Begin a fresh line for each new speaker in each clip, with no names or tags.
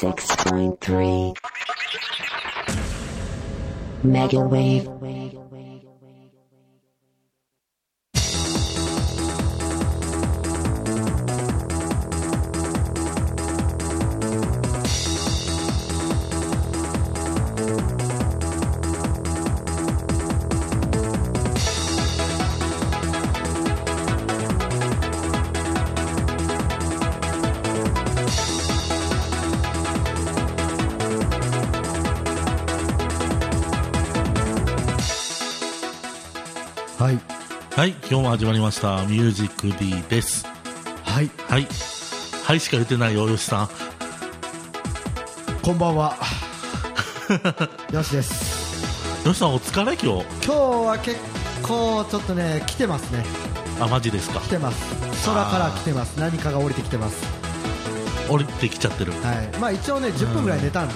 96.3 Mega Wave
はい
はい、今日も始まりました。ミュージック D です。
はい
はい。はいしか言ってないよ、よしさん。
こんばんはよしです
よしさん、お疲れ今日。
今日は結構ちょっとね来てますね
あ、マジですか
来。てます空から来てます何かが降りてきてます
降りてきちゃってる。
はいまあ一応ね10分ぐらい寝たんで、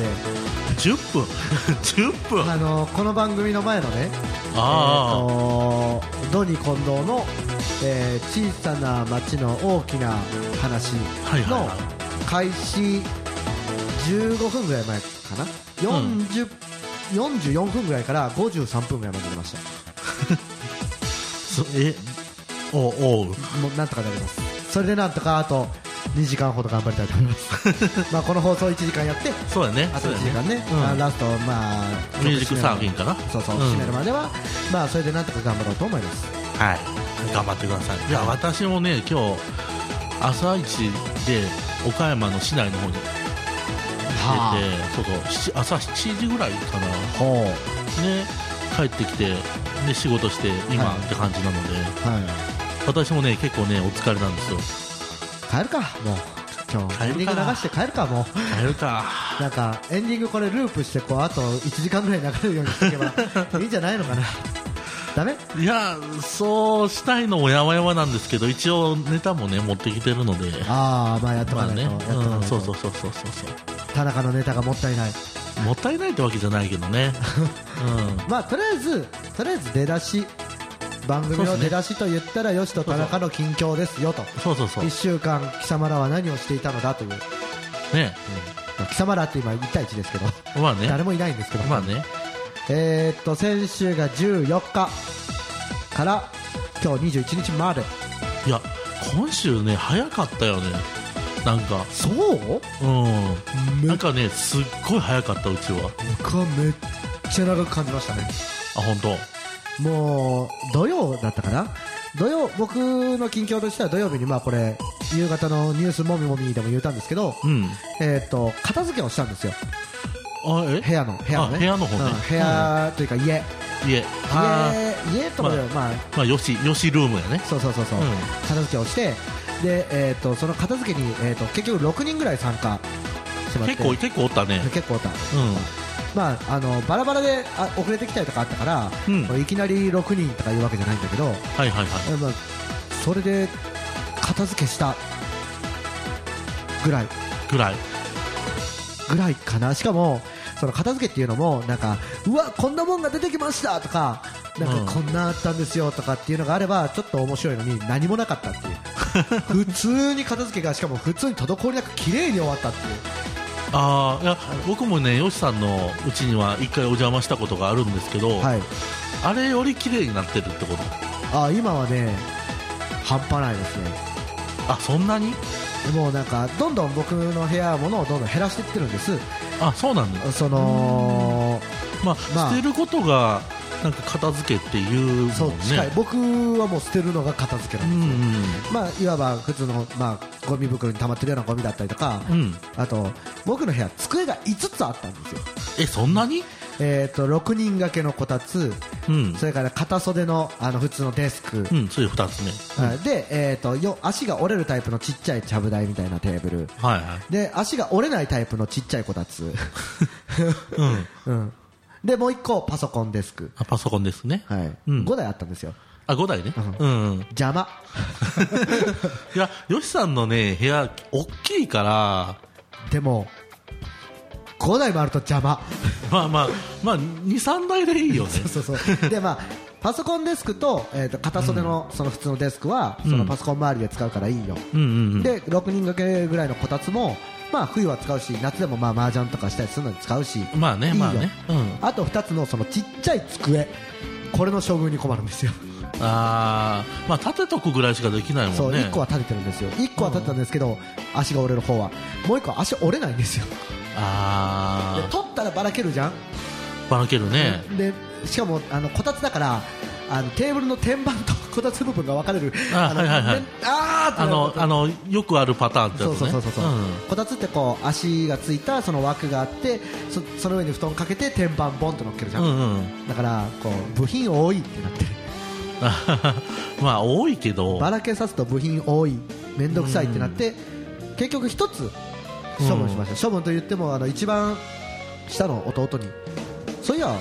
10分 ?10 分
あのこの番組の前のね
あ
えーとドニー近藤の、えー小さな町の大きな話
はいはい
の
は
開始15分ぐらい前かな、40 44分ぐらいから53分ぐらいまで出まし
あ。そえ、おうおう。
たもうなんとかなりますそれでなんとかあと2時間ほど頑張りたいと思います まあこの放送1時間やって
そうだね。
あ
そ
と
う
1
だ
時間
ね。
ね
ん
まあラストまあ
ミュージックサーフィンかな
そうそう、
うん
締めるまではまあそれでなんとか頑張ろうと思います
はい。頑張ってください。いや、私もね、今日、朝一で、岡山の市内の方に出て、そうそうし、朝7時ぐらいかな。
ほう
ね、帰ってきて、で、仕事して、今
はい
って感じなので、
はい
私もね、結構ね、お疲れなんですよ。
帰るかもう今日
帰るか
エンディング流して帰るかもう
帰るか。
なんかエンディングこれループしてこうあと1時間ぐらい流れるようにしてけ ばいいんじゃないのかなダメ
いや、そうしたいのもやわやわなんですけど、一応ネタもね、持ってきてるので。
ああまあやっと
ま
か
あ
ないと、
ね、
やっとかないと
うん、そうそうそうそうそうそ。
田中のネタがもったいないう
もったいないってわけじゃないけど ね。
まあとりあえずとりあえず出だし番組
そう
の
ですね
出だしと言ったらよしと田中の近況ですよと
うん、そうそうそう
1。週間貴様らは何をしていたのだという、うん
ね、
まあ貴様らって今1対1ですけど
まあね
誰、もいないんですけど
まあね、
えーっと先週が14日から今日21日まで
いや、今週ね、早かったよね。なんか、
そう
う
め
ん。なんかね、すっごい早かった、うちは。
僕はめっちゃ長く感じましたね
あ、本当。
もう土曜だったかな土曜僕の近況としては土曜日にまあこれ夕方のニュースもみもみでも言ったんですけど、
うん。
えーっと片付けをしたんですよ
あ、え
部屋の部屋のね
あ部屋の方ね
うん部屋というか家、
いえ、あー
家家とかではまあ
まあ、よし、よしルームやね。
そうそうそうそう、
うん
片付けをしてで、えー、とその片付けに、えー、と結局6人ぐらい参加してもらって
結構、結構おったね。
結構おった
うん。
まあ、あのバラバラであ遅れてきたりとかあったから、
うん
いきなり6人とかいうわけじゃないんだけど、
はいはいはい。
まあ、それで片付けしたぐらい
ぐらい。
ぐらいかなしかもその片付けっていうのもなんかうわこんなもんが出てきましたとかなん
うん
かこんなあったんですよとかっていうのがあればちょっと面白いのに何もなかったっていう 普通に片付けがしかも普通に滞りなく綺麗に終わったっていう
ああいや僕もねよしさんのうちには一回お邪魔したことがあるんですけど、
はい
あれより綺麗になってるってこと
あ今はね半端ないですね
あそんなに
もうなんかどんどん僕の部屋は物をどんどん減らしていってるんです
あそうなんだ、
その
まあ
まあ
捨てることがなんか片付けっていうもんね
そう近い僕はもう捨てるのが片付けな
う
ん
ん
ですよ、まあ、いわば普通の、まあ、ゴミ袋に溜まってるようなゴミだったりとか、
うんうん
あと僕の部屋机が5つあったんですよ、
えそんなに
えー、と6人掛けのこたつ
うん
それから片袖のあの普通のデスク、
うんそれ二つね
はいで、えー、とよ足が折れるタイプのちっちゃいちゃぶ台みたいなテーブル
はいはい
で足が折れないタイプのちっちゃいこたつ、
うん
うん、でもう1個パソコンデスク、
あパソコンですね、
はい
うん
5台あったんですよ
あ五台ね
う
うん、うん、
邪魔
いやよしさんのね部屋大きいから
でも5台もあると邪魔
まあまあまあ23台でいいよね
そうそうそうでまあパソコンデスクと,、えー、と片袖のその普通のデスクはそのパソコン周りで使うからいいよ、
うんうんうん、
で6人掛けぐらいのこたつも、まあ、冬は使うし夏でもまあ麻雀とかしたりするのに使うし
まあね
いいよ
まあね、うん、
あと2つのそのちっちゃい机これの処遇に困るんですよ、
あーまあ立てとくぐらいしかできないもんね
そう1個は立ててるんですよ1個は立てたんですけど、足が折れる方はもう1個は足折れないんですよで
あ
取ったらばらけるじゃん
ーばらけるね
でしかもあのこたつだからあのテーブルの天板と こたつ部分が分かれる
あ
の
はいはいはい
ねあー
あの
ってな
あ
る
のよくあるパターンってやつ
そう
ね
そうそうそうそう、
ん
こたつってこう足がついたその枠があってそその上に布団かけて天板ボンと乗っけるじゃん、
うんうん
だからこう部品多いってなってる
あははまあ多いけど
ばらけさすと部品多い面倒くさいってなって、結局一つ処分しました、処分と言ってもあの一番下の弟にそういや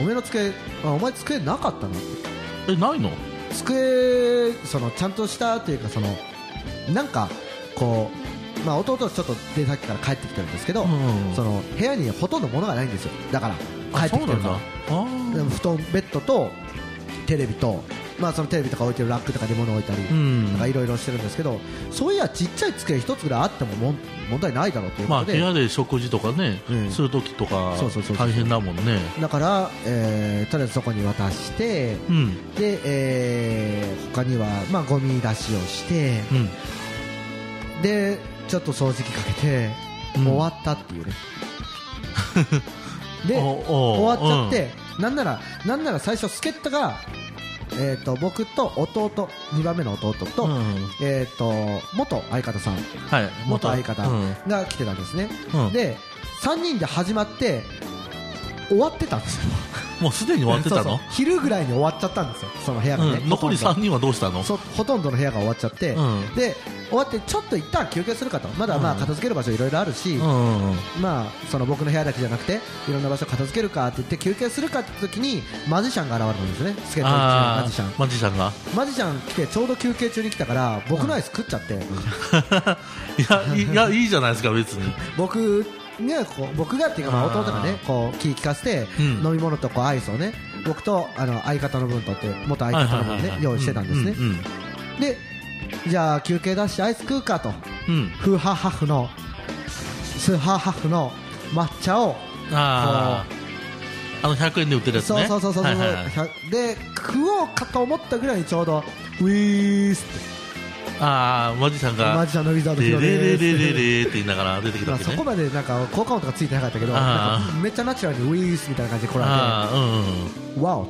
お前の机あお前机なかったの
えないの
机そのちゃんとしたというかそのなんかこうまあ弟はちょっと出先から帰ってきてるんですけど、
うんうん
その部屋にほとんど物がないんですよだから帰
あ
って
そ
き
う
て
な
る
ん
か
だ
ら
あ
で
ー
も布団ベッドとテレビとまあそのテレビとか置いてるラックとかに物置いたり、
うん
なんかいろいろしてるんですけどそういやちっちゃい机一つぐらいあってももん問題ないだろうという
ま
こ
あ
と
部
で、
屋で食事とかね、
うん
するときとか
そうそうそうそう
大変だもんね
だから、えーとりあえずそこに渡して
うん
で、えー他には、まあ、ゴミ出しをして、
うん
でちょっと掃除機かけて、
うん
終わったって いうねで
おお
終わっちゃって、なんならなんなら最初助っ人が、えー、と僕と弟2番目の弟と,、
うんうん
えー、と元相方さん
はい
元相方
うん
が来てたんですね、
うん
で3人で始まって終わってたんですよ
もうすでに終わってたの
そうそう昼ぐらいに終わっちゃったんですよその部屋がね、
うん、残り
ほとん
3人はどうしたの
どそうほとんどの部屋が終わっちゃって、
うん
で終わってちょっと一旦休憩するかとまだまあ
うん
片付ける場所いろいろあるし、
うんうんうん
まあ、その僕の部屋だけじゃなくていろんな場所片付けるかって言って休憩するかって時にマジシャンが現れたんですねスケートの
あー
マジシャン
マジシャンが
マジシャン来てちょうど休憩中に来たから僕のアイス食っちゃって、
いやい やいいじゃないですか別に
僕ね、こう僕がっていうかまあ
あー
弟がねこう気利かせて、
うん
飲み物とこうアイスをね僕とあの相方の分とって元相方の分
はいはいはい
ね
はい
用意してたんですね、
うんうん
でじゃあ休憩だしアイス食うかと
うん
フーハーハフのスーハーハフの抹茶を
あああの100円で売ってるやつ
そう
ね
そうそうそう、
はいはいはい
100で食おうかと思ったぐらいにちょうどウィースって
ああマジシャン
マ
が
ジシャンのウィザー
「
ドヒ
レ
ロ
レ
で
レ
す
レレレ」って言いながら出てきた
まあ
わけ
そ
ね
こまでなんか効果音とかついてなかったけど
あー
なんかめっちゃナチュラルにウィースみたいな感じで来ら
ああうんうん
れてワオっ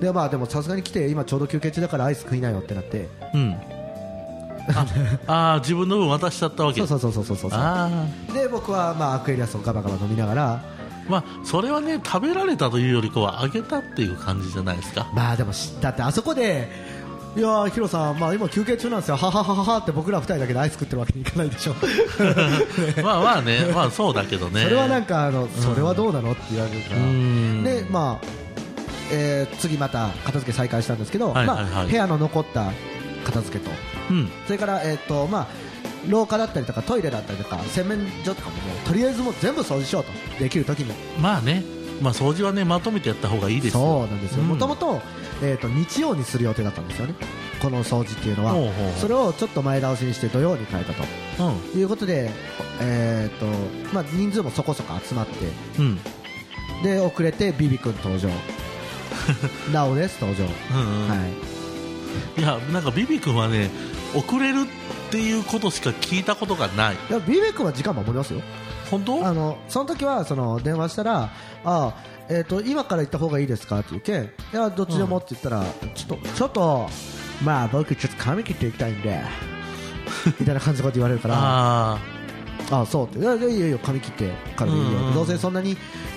てでまあでもさすがに来て今ちょうど休憩中だからアイス食いなよってなって
うん ああー自分の分渡しちゃったわけ
そうそうそうそうそうそう
あ
で僕はまあアクエリアスをガバガバ飲みながら
あまあそれはね食べられたというよりかはあげたっていう感じじゃないで すか
まあでもしだってあそこでいやーヒロさん、まあ、今休憩中なんですよ、はははははって僕ら二人だけでアイス食ってるわけにいかないでしょ、
まあまあねまあそうだけどね
それはなんかあの、それはどうなのって言われるか
う
ら、
ん
でまあえー次また片付け再開したんですけど、
はいはいはい
まあ、部屋の残った片付けと、
うん
それから、えーとまあ、廊下だったりとかトイレだったりとか洗面所とかも、ね、とりあえずもう全部掃除しようと、できる時に、
まあね、まあ、掃除はねまとめてやった方がいいですよ
そうなんですよ、
うん
もともと,、えー、と日曜にする予定だったんですよね、この掃除っていうのは
ほうほうほう、
それをちょっと前倒しにして土曜に変えたと。
う
いうことで、えーとまあ、人数もそこそこ集まって、
んうん
で遅れてビビ君登場なおです登場、
うんうん
はい、
いやなんかビビ君はね遅れるっていうことしか聞いたことがない
いやビビ君は時間守りますよ
本当
あのその時はその電話したらあ、えー、と今から行った方がいいですかって言っていやどっちでもって言ったら、ちょっとちょっとまあ僕ちょっと髪切っていきたいんでみたいな感じのこと言われるからあ
あ
そうっていやいやいやいや髪切ってからでいいよ、
うん
どうせそんなに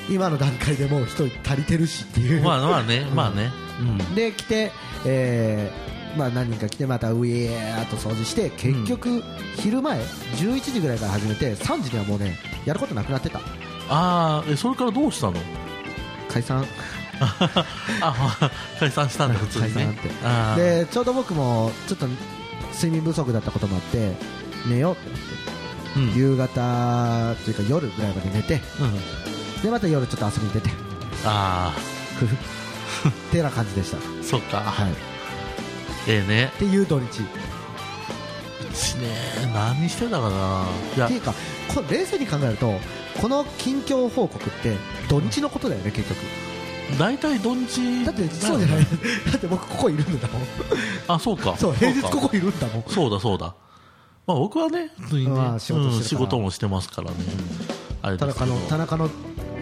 今の段階でもう人足りてるしってい
ー
う、
まあまあね
うん
まあねうん
で来て、えーまあ、何人か来てまたウィーっと掃除して結局、昼前11時ぐらいから始めて3時にはもうねやることなくなってた
ああそれからどうした の
解散
あ解散したんだ普通にね
解散って
あー
でちょうど僕もちょっと睡眠不足だったこともあって寝ようってなって
うん
夕方というか夜ぐらいまで寝て
うん
でまた夜ちょっと遊びに出て
ああ
てな感じでした。
そっか、
はい。っ
ええね
ていう土日。っ
うちね何してたかないや
ていうか、こ冷静に考えると、この近況報告って土日のことだよね、結局。
大体土日
だって、
よ
そう
ね
じゃない。 だって僕ここいるんだもん。
あそうか
そう、平日
か
ここいるんだもん。
そうだそうだまあ僕はね普通にね、
まあ仕事してるから
うん仕事もしてますからね、あれ
田
ですけ
中
ど
の、田中の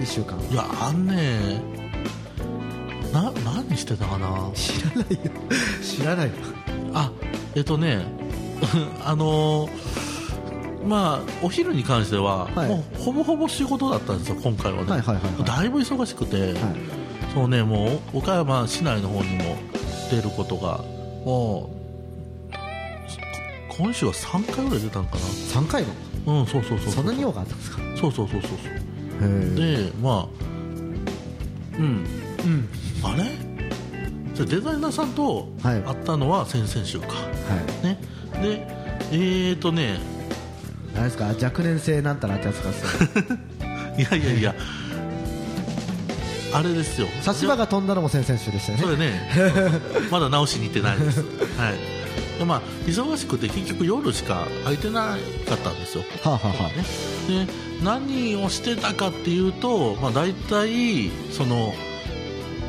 一週間。
いやあんねな何してたかな
知らないよ。知らないよ。
あえっとね あのーまあお昼に関しては、
はい
もうほぼほぼ仕事だったんですよ今回はね、
はいはいはいはい
だいぶ忙しくて、
はい。
そうねもう岡山市内の方にも出ることがもうこ今週は3回ぐらい出たのか
3回も
なうんそうそうそう
そんなに用があったんですか
そうそうそうそうそう
で
でまあうん
うん
あれじゃあデザイナーさんと
はい
会ったのは先々週か、
はい
ねでえーとね
あれですか若年性なんたらってやつか
いやいやいやあれですよ
差し歯が飛んだのも先々週でした
そ
よね
れね まだ直しに行ってないですはいでまあ忙しくて結局夜しか空いてなかったんですよ
はあ、はあはあ、
で何をしてたかっていうと、まあ、大体その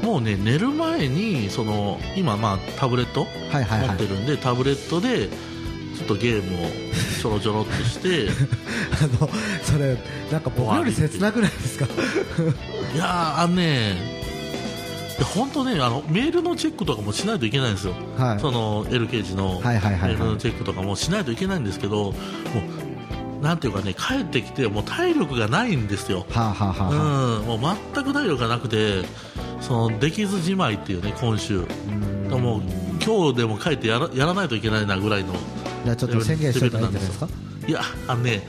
もうね寝る前にその今まあタブレット
はいはい
持
は
っ
い
てるんで、タブレットでちょっとゲームをちょろちょろっとして
あのそれなんか僕より切なくないですか
いやーあのね本当ねあのメールのチェックとかもしないといけないんですよ、
はい
その LK 時の
はいはいはい
メール
は
のチェックとかもしないといけないんですけど、もうなんていうかね帰ってきてもう体力がないんですよ
いはあはあはあはあ
うん、もう全く体力がなくてそのできずじまいっていうね今週
うん
もう今日でも書いてやらやらないといけないなぐらいの
じゃあちょっと宣言しておいたらいいんじゃないですか
いやあのね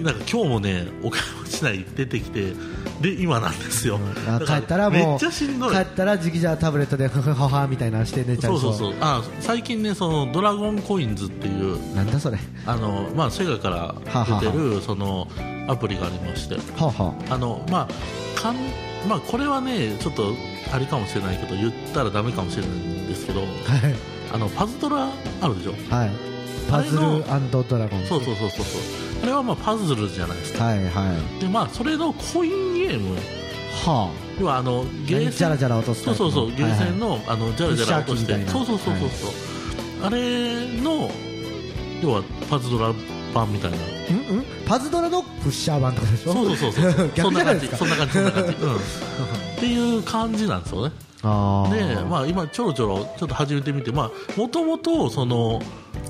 なんか今日もね岡山市内出てきてで今なんですよ、
あ
だ
帰
から
ったらも
め
う
っちゃしんどい
帰ったらじきじゃあタブレットでふふははみたいなのして寝ちゃ
そう
い
そ
そう
そうあ最近ねそのドラゴンコインズっていう
なんだそれ
あの、まあ、セガから出てるそのアプリがありまして
はあは
あのまあかんまあこれはねちょっとあれかもしれないけど言ったらダメかもしれないんですけど
あはい
あのパズドラあるでしょ
はいパズルドラゴン
そうそうそうそうそうあれはまあパズルじゃないですか
はいはい
でまあそれのコインゲーム
はあ
要はあのゲー
じ
セ
ゃら
ン
じゃら落とす
そうそうそうゲーセンのあのジャラジャラ落とし
フィッシャーキーみたい
て
な
そうそうそうそうそうあれの要はパズドラ版みたいな
うんうんパズドラのプッシャー版ってことでしょ
そうそうそうそう そ
逆
ん
じ
な
ゃない
感
です
じ
か
そんな感じそんな感じ うんっていう感じなんですよね
あ
で
ー
まあ、今、ちょろちょろちょっと始めてみてもともと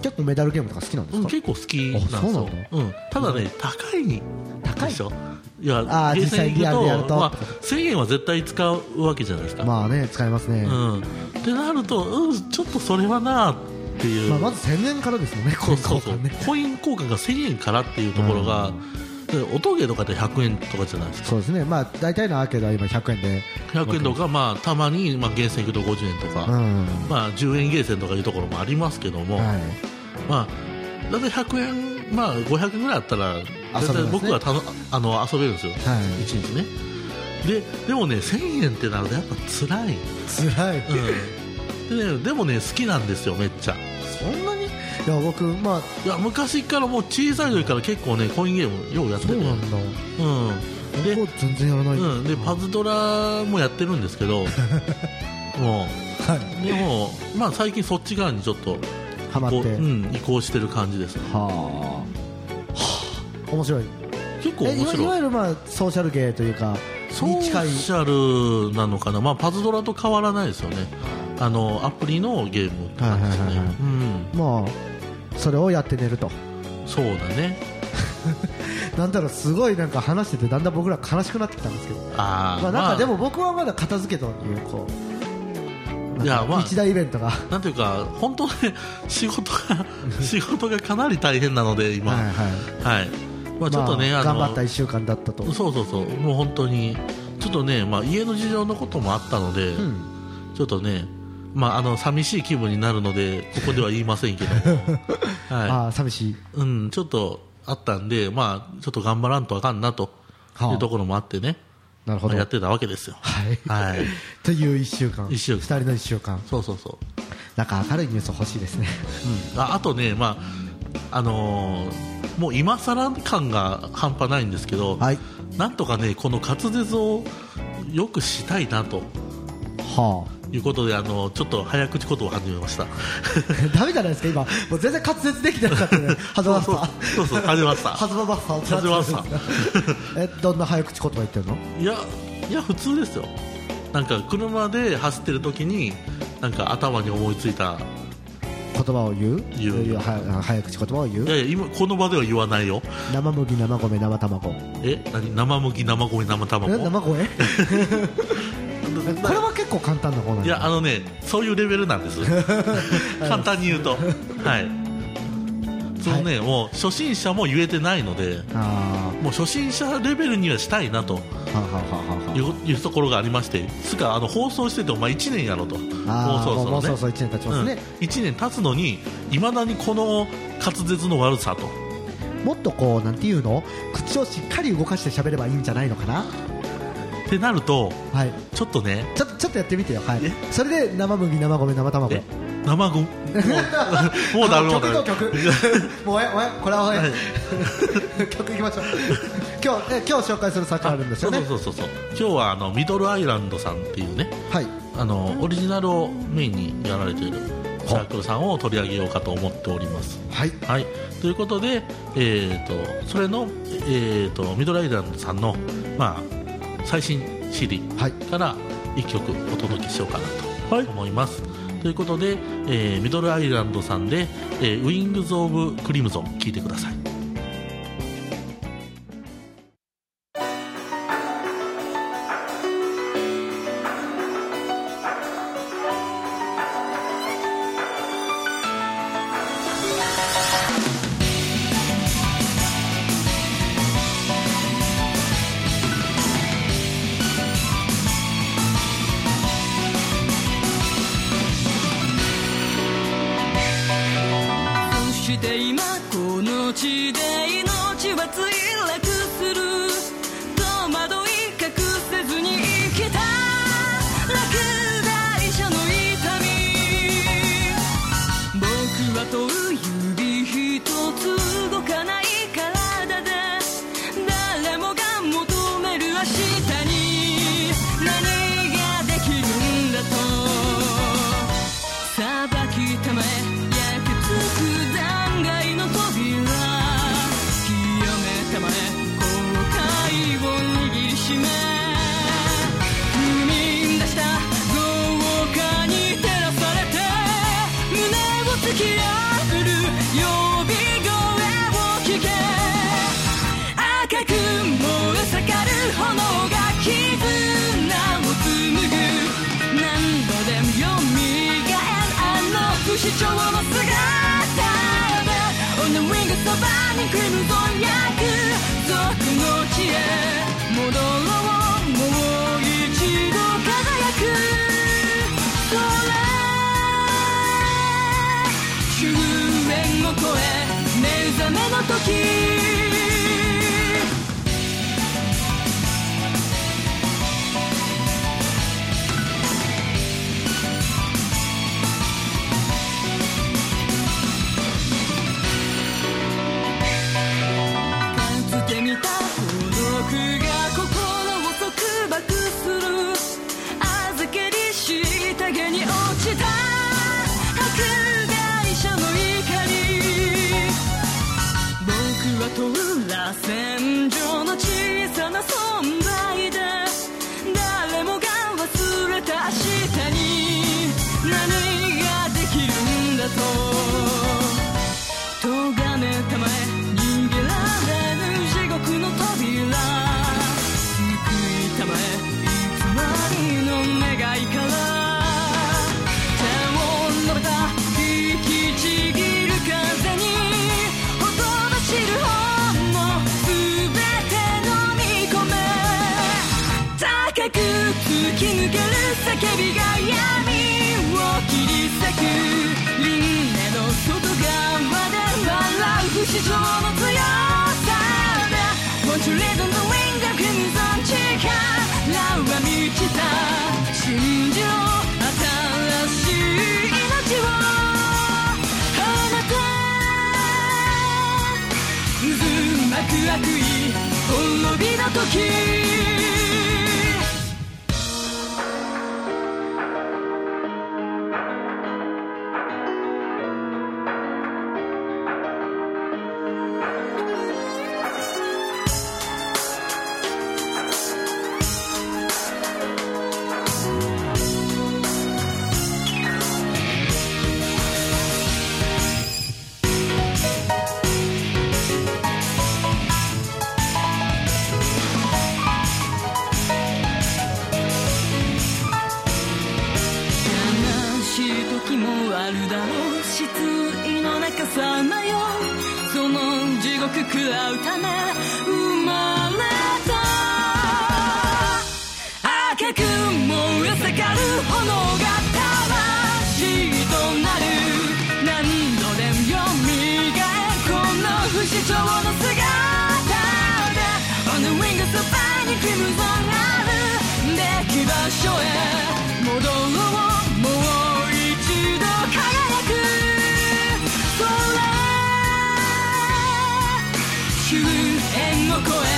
結構メダルゲームとか好きなんですか、
結構好きなんです
あそうな
よ
んだ、
うん、ただね、高い
高い
でしょ、いや
あー
ゲー
実
セ
際
ン行
リアル
く
でやる
と、
と
まあ、1000円は絶対使うわけじゃないですか。
まあね使いますね、
うん、ってなると、うん、ちょっとそれはなあっていう、
まあ、まず1000円からですもんね
そうそうそう
この交換ね
コイン交換が1000円からっていうところが、で音芸とかで100円とかじゃないですか。
そうですねまあ大体のアーケードは今100円で
100円とか、まあ、たまに、まあ、ゲーセン行くと50円とか、
うん
まあ、10円ゲーセンとかいうところもありますけども、
はい
まあ、だいたい100円、まあ、500円ぐらいあったら、絶対僕はたの、あの遊べるんですよ、
はい
一日ね。ででもね、1000円ってなるとやっぱ辛い、
辛い、
うんでね、でもね、好きなんですよ、めっちゃ。
そんなにいや僕まあ
いや昔からもう小さい時から結構ね、コインゲーム、ようやってて、
そうなんだ
うんで
僕全然やらない、
うん、でパズドラもやってるんです けど、も
は
うでも、まあ、最近そっち側にちょっと
いハマって、
こう、うん、移行してる感じです、ね、
はあはあ面白い
結構
えい
面
わ
白
い
い
わ。ゆるまあソーシャルゲーというか
ソー
に
シ
近い
ャルなのかな、まあ、パズドラと変わらないですよね、あのアプリのゲームって感じです
はい
ね
はいはいはい、
うん
まあそれをやって寝ると
そうだね、
なんだろうすごいなんか話しててだんだん僕ら悲しくなってきたんですけど
あー
まあ、なんかでも僕はまだ片付けというこう
いや
なんか
まあ
一大イベントが、
なんていうか、本当ね、仕事が仕事がかなり大変なので、今、
は
はいい
はい
まあ、ちょっとね、
まあ
あ、
頑
の
張った1週間だったと、う
そうそうそう、もう本当に、ちょっとね、まあ、家の事情のこともあったので、
ん、
ちょっとね、まあ、あの寂しい気分になるので、ここでは言いません けど、はい、
ああ寂しい
うん、ちょっとあったんで、まあ、ちょっと頑張らんとあかんなと
はあ
いうところもあってね、
なるほど
やってたわけですよ。
はい
はい。
という1週間
一週間
2人の1週間
そうそうそう。
なんか明るいニュース欲しいですね
ああとね、まああのーもう今更感が半端ないんですけど、
はい
なんとかねこの滑舌をよくしたいなと
は
いうことで、あのちょっと早口言葉を始めました。
あ ダメじゃないですか今もう全然滑舌できてなかったねはずま
そう
さ
そうそうそう始めました。
はずまばさん
はずまさん
えどんな早口言葉言ってるの
いやいや普通ですよ。なんか車で走ってる時になんか頭に思いついた。
言葉を言う
言う
いやは早口言葉を言
いや
う
いや今この場では言わないよ。
生麦生米生卵
え何生麦生米
え
生卵。
生米これは結構簡単な方なん
いや
だ
あのねそういうレベルなんです 簡単に言うとはいそのね、もう初心者も言えてないので
あ
もう初心者レベルにはしたいなと
ーはあはあはあはあ
いういうところがありましてつうかあの放送しててお前1年やろと
あーもうも
放
う
送
そうそう1年経ちますね、
1年経つのにいまだにこの滑舌の悪さと
もっとこうなんていうの口をしっかり動かして喋ればいいんじゃないのかな
ってなると
はい
ちょっとね
ちょっとちょっとやってみてよはい
え
それで生麦生米生卵
え生ごもうもうダメもう
曲
ダ
の
メ
曲 もうええこれは
はい
え 曲いきましょう今日え今日紹介する作あるんです
そ
よ
う
ね
そうそうそう今日はあのミドルアイランドさんっていうね
はい
あのオリジナルをメインにやられているサークルさんを取り上げようかと思っております。
はい
はい、ということで、えー、とそれの、えー、とミドルアイランドさんの、まあ、最新 CD
はい
から1曲お届けしようかなと思います。ということで、えーミドルアイランドさんで「えー、ウィングズ・オブ・クリムゾン」聴いてください。
そして今この地で命は墜落する戸惑い隠せずに生きた落第者の痛み僕は問う指一つ動かない体で誰もが求める明日に何ができるんだとさばきたまえ焼きつく断崖の扉清めたまえ後悔を握りしめ踏み出した豪華に照らされて胸を突き破る呼び声を聞け赤く燃え盛る炎が絆を紡ぐ何度でもよみがえるあの不死鳥の姿でオンウィングそばにクリムゾン約束の地へ戻ろうもう一度輝く空終焉を越え目覚めの時かつて見た孤独が心を束縛する預けにしたげに落ちた迫害者の怒り僕は通ら線上の小さな存在で誰もが忘れた明日に何ができるんだと咎めたまえ逃げられぬ地獄の扉救いたまえ偽りの願いから手を伸べた引きちぎる風にほとばしる本能全て飲み込め高く突き抜ける叫びが闇を切り裂く輪廻の外側で笑う不死鳥の強さで Want to live in the wind of crimson chicken 渦巻く悪意滅びの時悲しい時もあるだろう失意の中さまようその地獄食らうため生まれた赤く燃え盛る炎が魂となる何度でもよみがえるこの不死鳥の姿で On the wings of any crimson べき場所へ戻ろうもう一度輝く空終焉を越え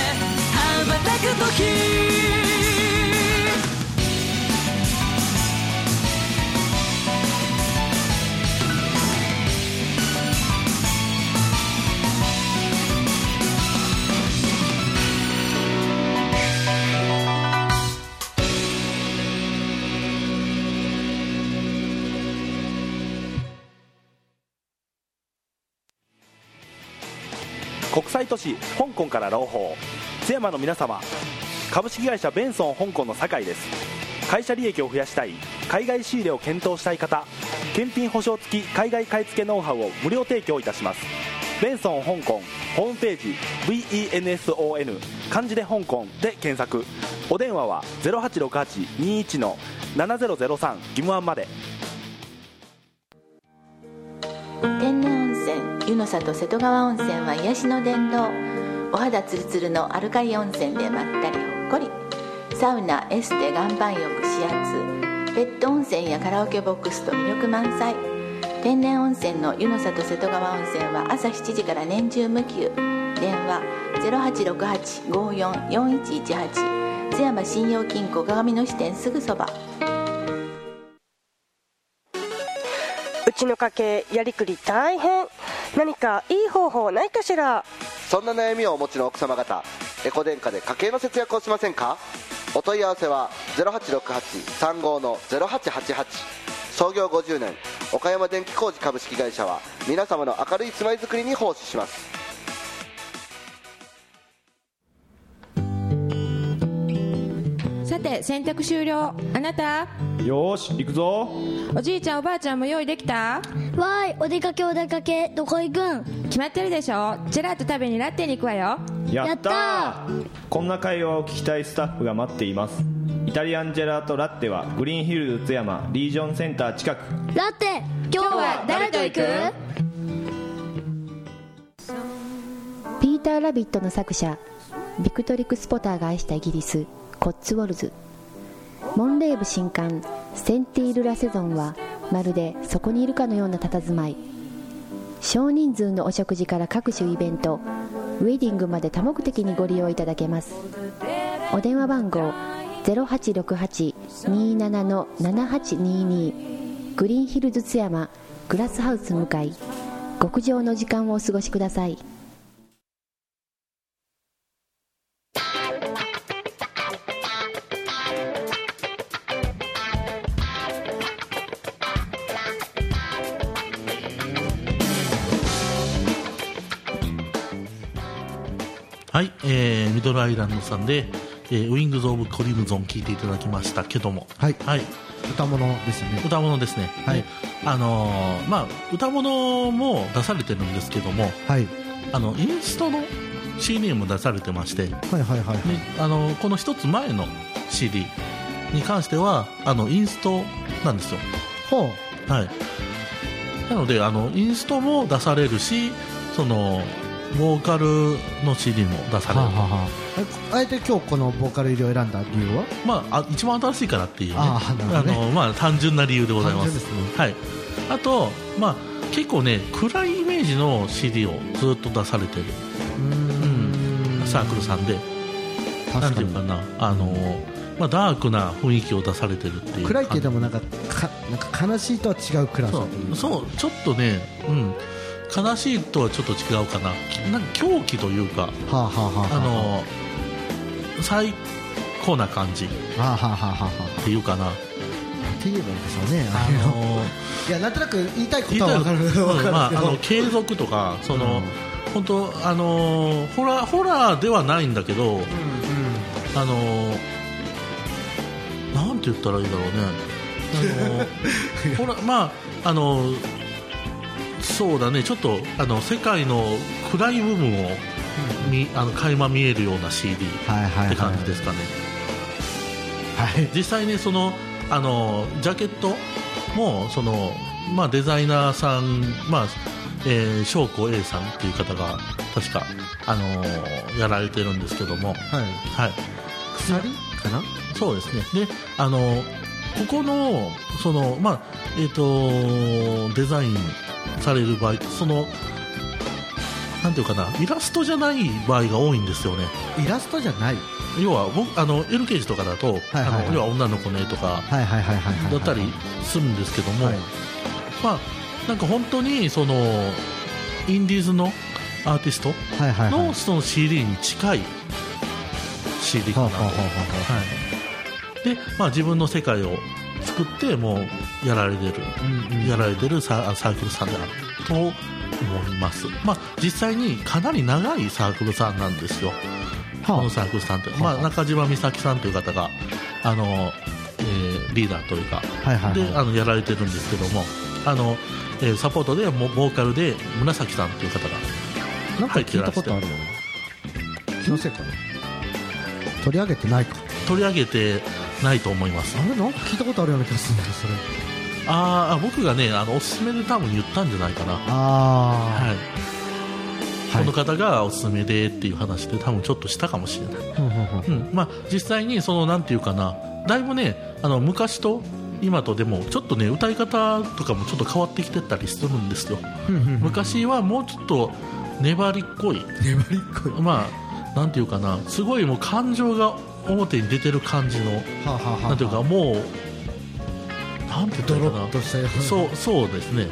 羽ばたく時
国際都市香港から朗報津山の皆様株式会社ベンソン香港の酒井です会社利益を増やしたい海外仕入れを検討したい方検品保証付き海外買い付けノウハウを無料提供いたしますベンソン香港ホームページ VENSON 漢字で香港で検索お電話は086821の7003義務案まで
天然温泉湯の里瀬戸川温泉は癒しの殿堂お肌ツルツルのアルカリ温泉でまったりほっこりサウナエステ岩盤浴指圧ペット温泉やカラオケボックスと魅力満載天然温泉の湯の里瀬戸川温泉は朝7時から年中無休電話0868544118津山信用金庫鏡の支店すぐそば
うちの家計やりくり大変何かいい方法ないかしら
そんな悩みをお持ちの奥様方エコ電化で家計の節約をしませんかお問い合わせは0868-35の0888創業50年岡山電気工事株式会社は皆様の明るい住まいづくりに奉仕します
さて洗濯終了あなた
よーし行くぞ
おじいちゃんおばあちゃんも用意できた
わーいお出かけお出かけどこ行くん
決まってるでしょジェラート食べにラッテに行くわよ
やったー
や
こんな会話を聞きたいスタッフが待っていますイタリアンジェラートラッテはグリーンヒルズ津山リージョンセンター近く
ラテ今日は誰と行く
ピーター・ラビットの作者ビクトリック・スポターが愛したイギリスコッツウォルズモンレーブ新刊「センティール・ラセゾン」はまるでそこにいるかのような佇まい少人数のお食事から各種イベントウェディングまで多目的にご利用いただけますお電話番号0868-27-7822グリーンヒルズ津山グラスハウス向かい極上の時間をお過ごしください
はい、えー、ミドルアイランドさんで、えー、ウィングズ・オブ・コリムゾン聞いていただきましたけども、
はい
はい、
歌物ですよね
歌物ですね、
はい
であのーまあ、歌物も出されてるんですけども
はい
あのインストの CD も出されてましてで
はいはいはい
あのこの一つ前の CD に関してはあのインストなんですよ、
ほう
はい、なのであのインストも出されるしそのボーカルの CD も出される
えあえて今日このボーカル入りを選んだ理由は
まあ、あ一番新しいからっていう、ね、
あ
あ
ーなるほどね
のまあ、単純な理由でございま
単
す。
純ですね
はい、あと、まあ、結構ね暗いイメージの CD をずっと出されてるうんサークルさんでなんていうかなあのまあ、ダークな雰囲気を出されてるっていう
暗いけどもなんかかなんか悲しいとは違う暗さ
そ
という
うそうちょっとね、うん、悲しいとはちょっと違うかなきなんか狂気というか
はあはあはあはあ
あの最高な感じっ
はあはあはあはあ
ていうかな
って言えばいいんでしょうねあ
あ
れを
の
いやなんとなく言いたいことは分かる
言いたいこと
分
うんま
か
あ、あ
るけど
の継続とかその、本当あのホラーホラーではないんだけど、あのなんて言ったらいいんだろうねあのホラーまああのそうだねちょっとあの世界の暗い部分をみあの垣間見えるような CD って感じですかね、実際ねそのあのジャケットもその、まあ、デザイナーさん、まあえー、翔子 A さんっていう方が確か、あのーやられてるんですけども、はい
鎖かな
そうですねで、あのーここのその、まあえー、とデザインされる場合そのなんていうかなイラストじゃない場合が多いんですよね
イラストじゃない
要は僕あの L ケージとかだと、
いはいはい
あの要は女の子ねとか、
はいはいはいはいはい
だったりするんですけども、まあなんか本当にそのインディーズのアーティスト
はいはいはい
のその CD に近い CD かなと、はいでまあ、自分の世界を作ってもうやられてる、やられてるサーサークルさんだと思います、まあ、実際にかなり長いサークルさんなんですよ、このサークルさんって、まあ、中島美咲さんという方があの、えーリーダーというか、
はいはいはい
であのやられてるんですけどもあの、えーサポートでもボーカルで紫さんという方が
なんか聞いたことあるよね気のせいかな取り上げてないか
取り上げてないと思います
あれなんか聞いたことあるような気がするんだけどそれ
あーあ僕がねあのおすすめで多分言ったんじゃないかな
あ
はい、この方がおすすめでっていう話で多分ちょっとしたかもしれない
あ、うんうんうん
うんまあ、実際にそのなんていうかなだいぶねあの昔と今とでもちょっとね歌い方とかもちょっと変わってきてたりするんですよ昔はもうちょっと粘りっこい
粘りっこい
まあなんていうかなすごいもう感情が表に出てる感じの
はあはあはあ
なんていうかもうなんて言ったらいいかなそうそうですね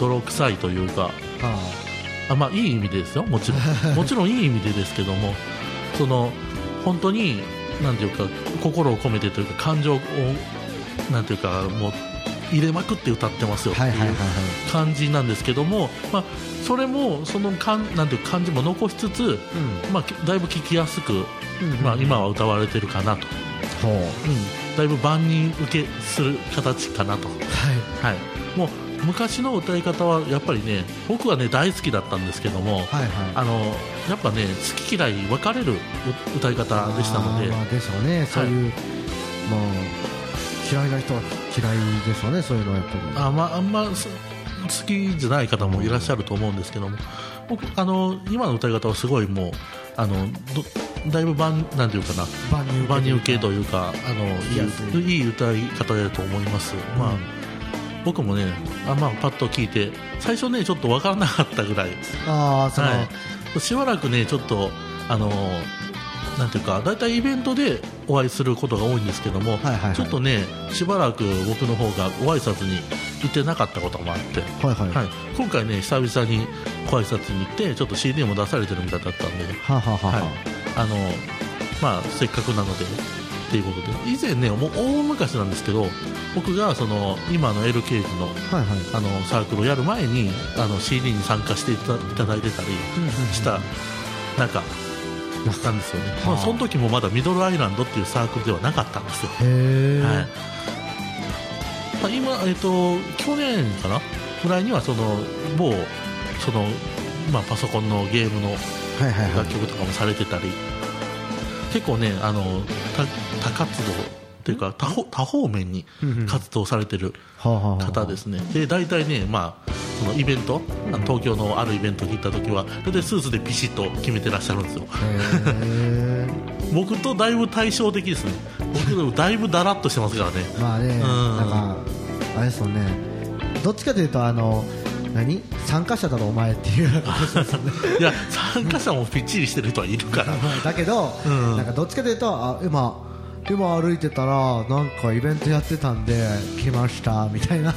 泥臭いというかあまあいい意味でですよもちろんもちろんいい意味でですけどもその本当になんていうか心を込めてというか感情をなんていうかもう入れまくって歌ってますよっていう感じなんですけども、まあ、それもそのかんなんていうか感じも残しつつ、まあ、だいぶ聴きやすく、
うんうん
まあ、今は歌われてるかなと、
ほう
うん、だいぶ万人受けする形かなと、はいもう昔の歌い方はやっぱりね僕はね大好きだったんですけども、
はいはい
あのやっぱね好き嫌い分かれるう歌い方でしたの
あ
で
ーまあでしょうねそういう、まあ嫌いな人は嫌いでしょうねそういうのはやっぱり
あまあんまそ好きじゃない方もいらっしゃると思うんですけども僕あの今の歌い方はすごいもうあのどだいぶ万なんていうかな
万人
万人受けというかあの
きやす
いいいい歌い方だと思います、まあ僕もねあ、まあ、パッと聞いて最初ねちょっと分からなかったぐらい
ああその、
はい、しばらくねちょっとあのなんていうか大体イベントでお会いすることが多いんですけども、ちょっとねしばらく僕の方がご挨拶に行ってなかったこともあって、
はいはい
はい、今回ね久々にご挨拶に行ってちょっと CD も出されてるみたいだったんで、
はあはあはあはあ
いあのまあ、せっかくなのでっていうことで以前ねもう大昔なんですけど僕がその今の L ケージの,、
はいはい
あのサークルをやる前にあの CD に参加していたいただいてたり
うんうんうん
した中なんですよね、まあ、その時もまだミドルアイランドっていうサークルではなかったんですよ
へえ、
はいまあ今、えっと去年かなぐらいにはその某その、まあ、パソコンのゲームの
いはいはい
楽曲とかもされてたり、結構ねあの多多活動というか多方多方面に活動されてる方ですね、で大体ね、まあ、そのイベント、あの東京のあるイベントに行った時は大体スーツでピシッと決めてらっしゃるんですよ僕とだいぶ対照的ですね僕でもだいぶだらっとしてますからね
まあね、
うん
なんかあれですよねどっちかというとあの何参加者だろお前っていう
いや参加者もぴっちりしてる人はいるから
だけど、なんかどっちかというとあ今今歩いてたらなんかイベントやってたんで来ましたみたい な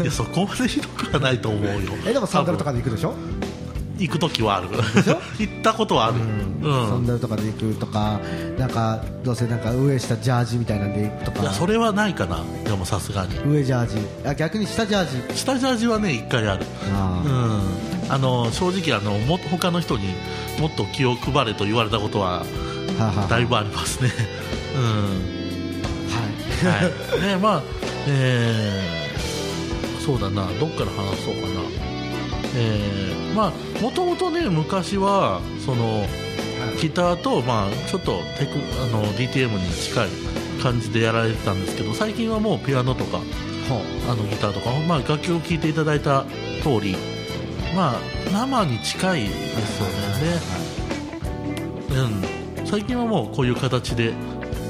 いやそこまでひどくはないと思うよ
えでもサンダルとかで行くでしょ
行く時はある 行ったことはある、
サンダルとかで行くとかなんかどうせなんか上下ジャージみたいなんで行くと
いや
か
それはないかなでもさすがに
上ジャージあ逆に下ジャー
ジ下ジャージはね一回あるうん、あの正直あのも他の人にもっと気を配れと言われたことは
はあはあ
だいぶありますね、 うん はい、ねまあえーそうだなどっから話そうかなえーまあもともとね昔はそのギターと、まあ、ちょっとテクあの DTM に近い感じでやられてたんですけど最近はもうピアノとかあのギターとか、まあ、楽器を聴いていただいた通り、まあ、生に近いですよね、うん、最近はもうこういう形で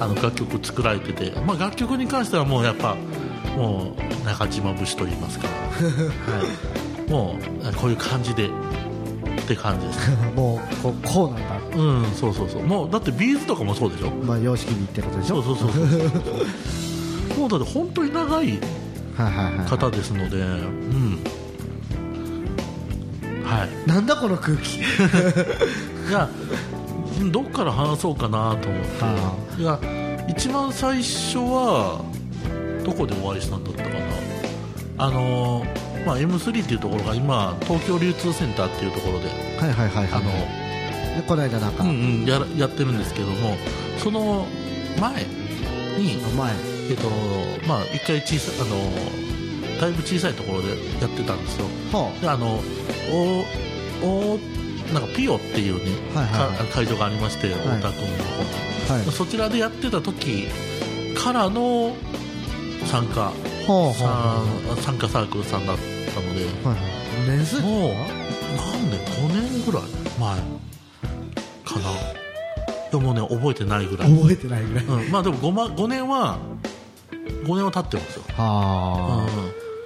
あの楽曲作られてて、まあ、楽曲に関してはもうやっぱもう中島節と言います か、はい、もうこういう感じでって感じです
もうこうこうなん
だうんそうそうそうもうだってビーズとかもそうでしょ
まあ様式にってことでしょ
そうそうそうそうもうだって本当に長い
ジはいはいはい
方ですので、うん、はい
なんだこの空気
じゃあうんどっから話そうかなと思って、いや一番最初はどこでお会いしたんだったかなあのーまあ、M3 っていうところが今東京流通センターっていうところで
はいはいはいはい
あの
でこの間なんか、
うんうん、やらやってるんですけどもその前にえっとまあ、一回小さあのだいぶ小さいところでやってたんですよ、であのおおなんかピオっていう、ね
はいはいはい
か会場がありまして、
はい
太田君の方
はい
にそちらでやってた時からの参加
ほうほうほう
さん参加サークルさんだったので、
はい年数
もうなんで5年ぐらい前かなでもね覚えてないぐらい
覚えてないぐらい、
うん、まあでも 5, ま5年は5年は経ってますよ、
は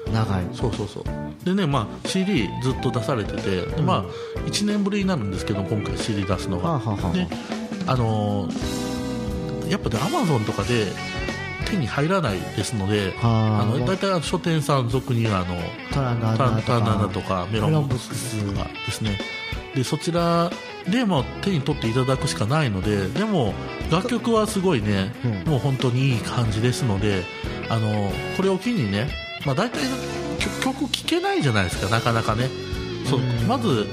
う
あ長い
そうそうそうでね、まあ、CD ずっと出されてて、でまあ、1年ぶりになるんですけど今回 CD 出すのが、
はあはあはあ
であのーやっぱねアマゾンとかで手に入らないですので、
あ
あの大体書店さん俗にあの
タランナー
タ
ナ
ン
ー
タンナナとかメロン
ブックス
とかですねでそちらでも手に取っていただくしかないのででも楽曲はすごいね、もう本当にいい感じですのであのこれを機にね、まあ、大体曲曲聴けないじゃないですかなかなかねそうまず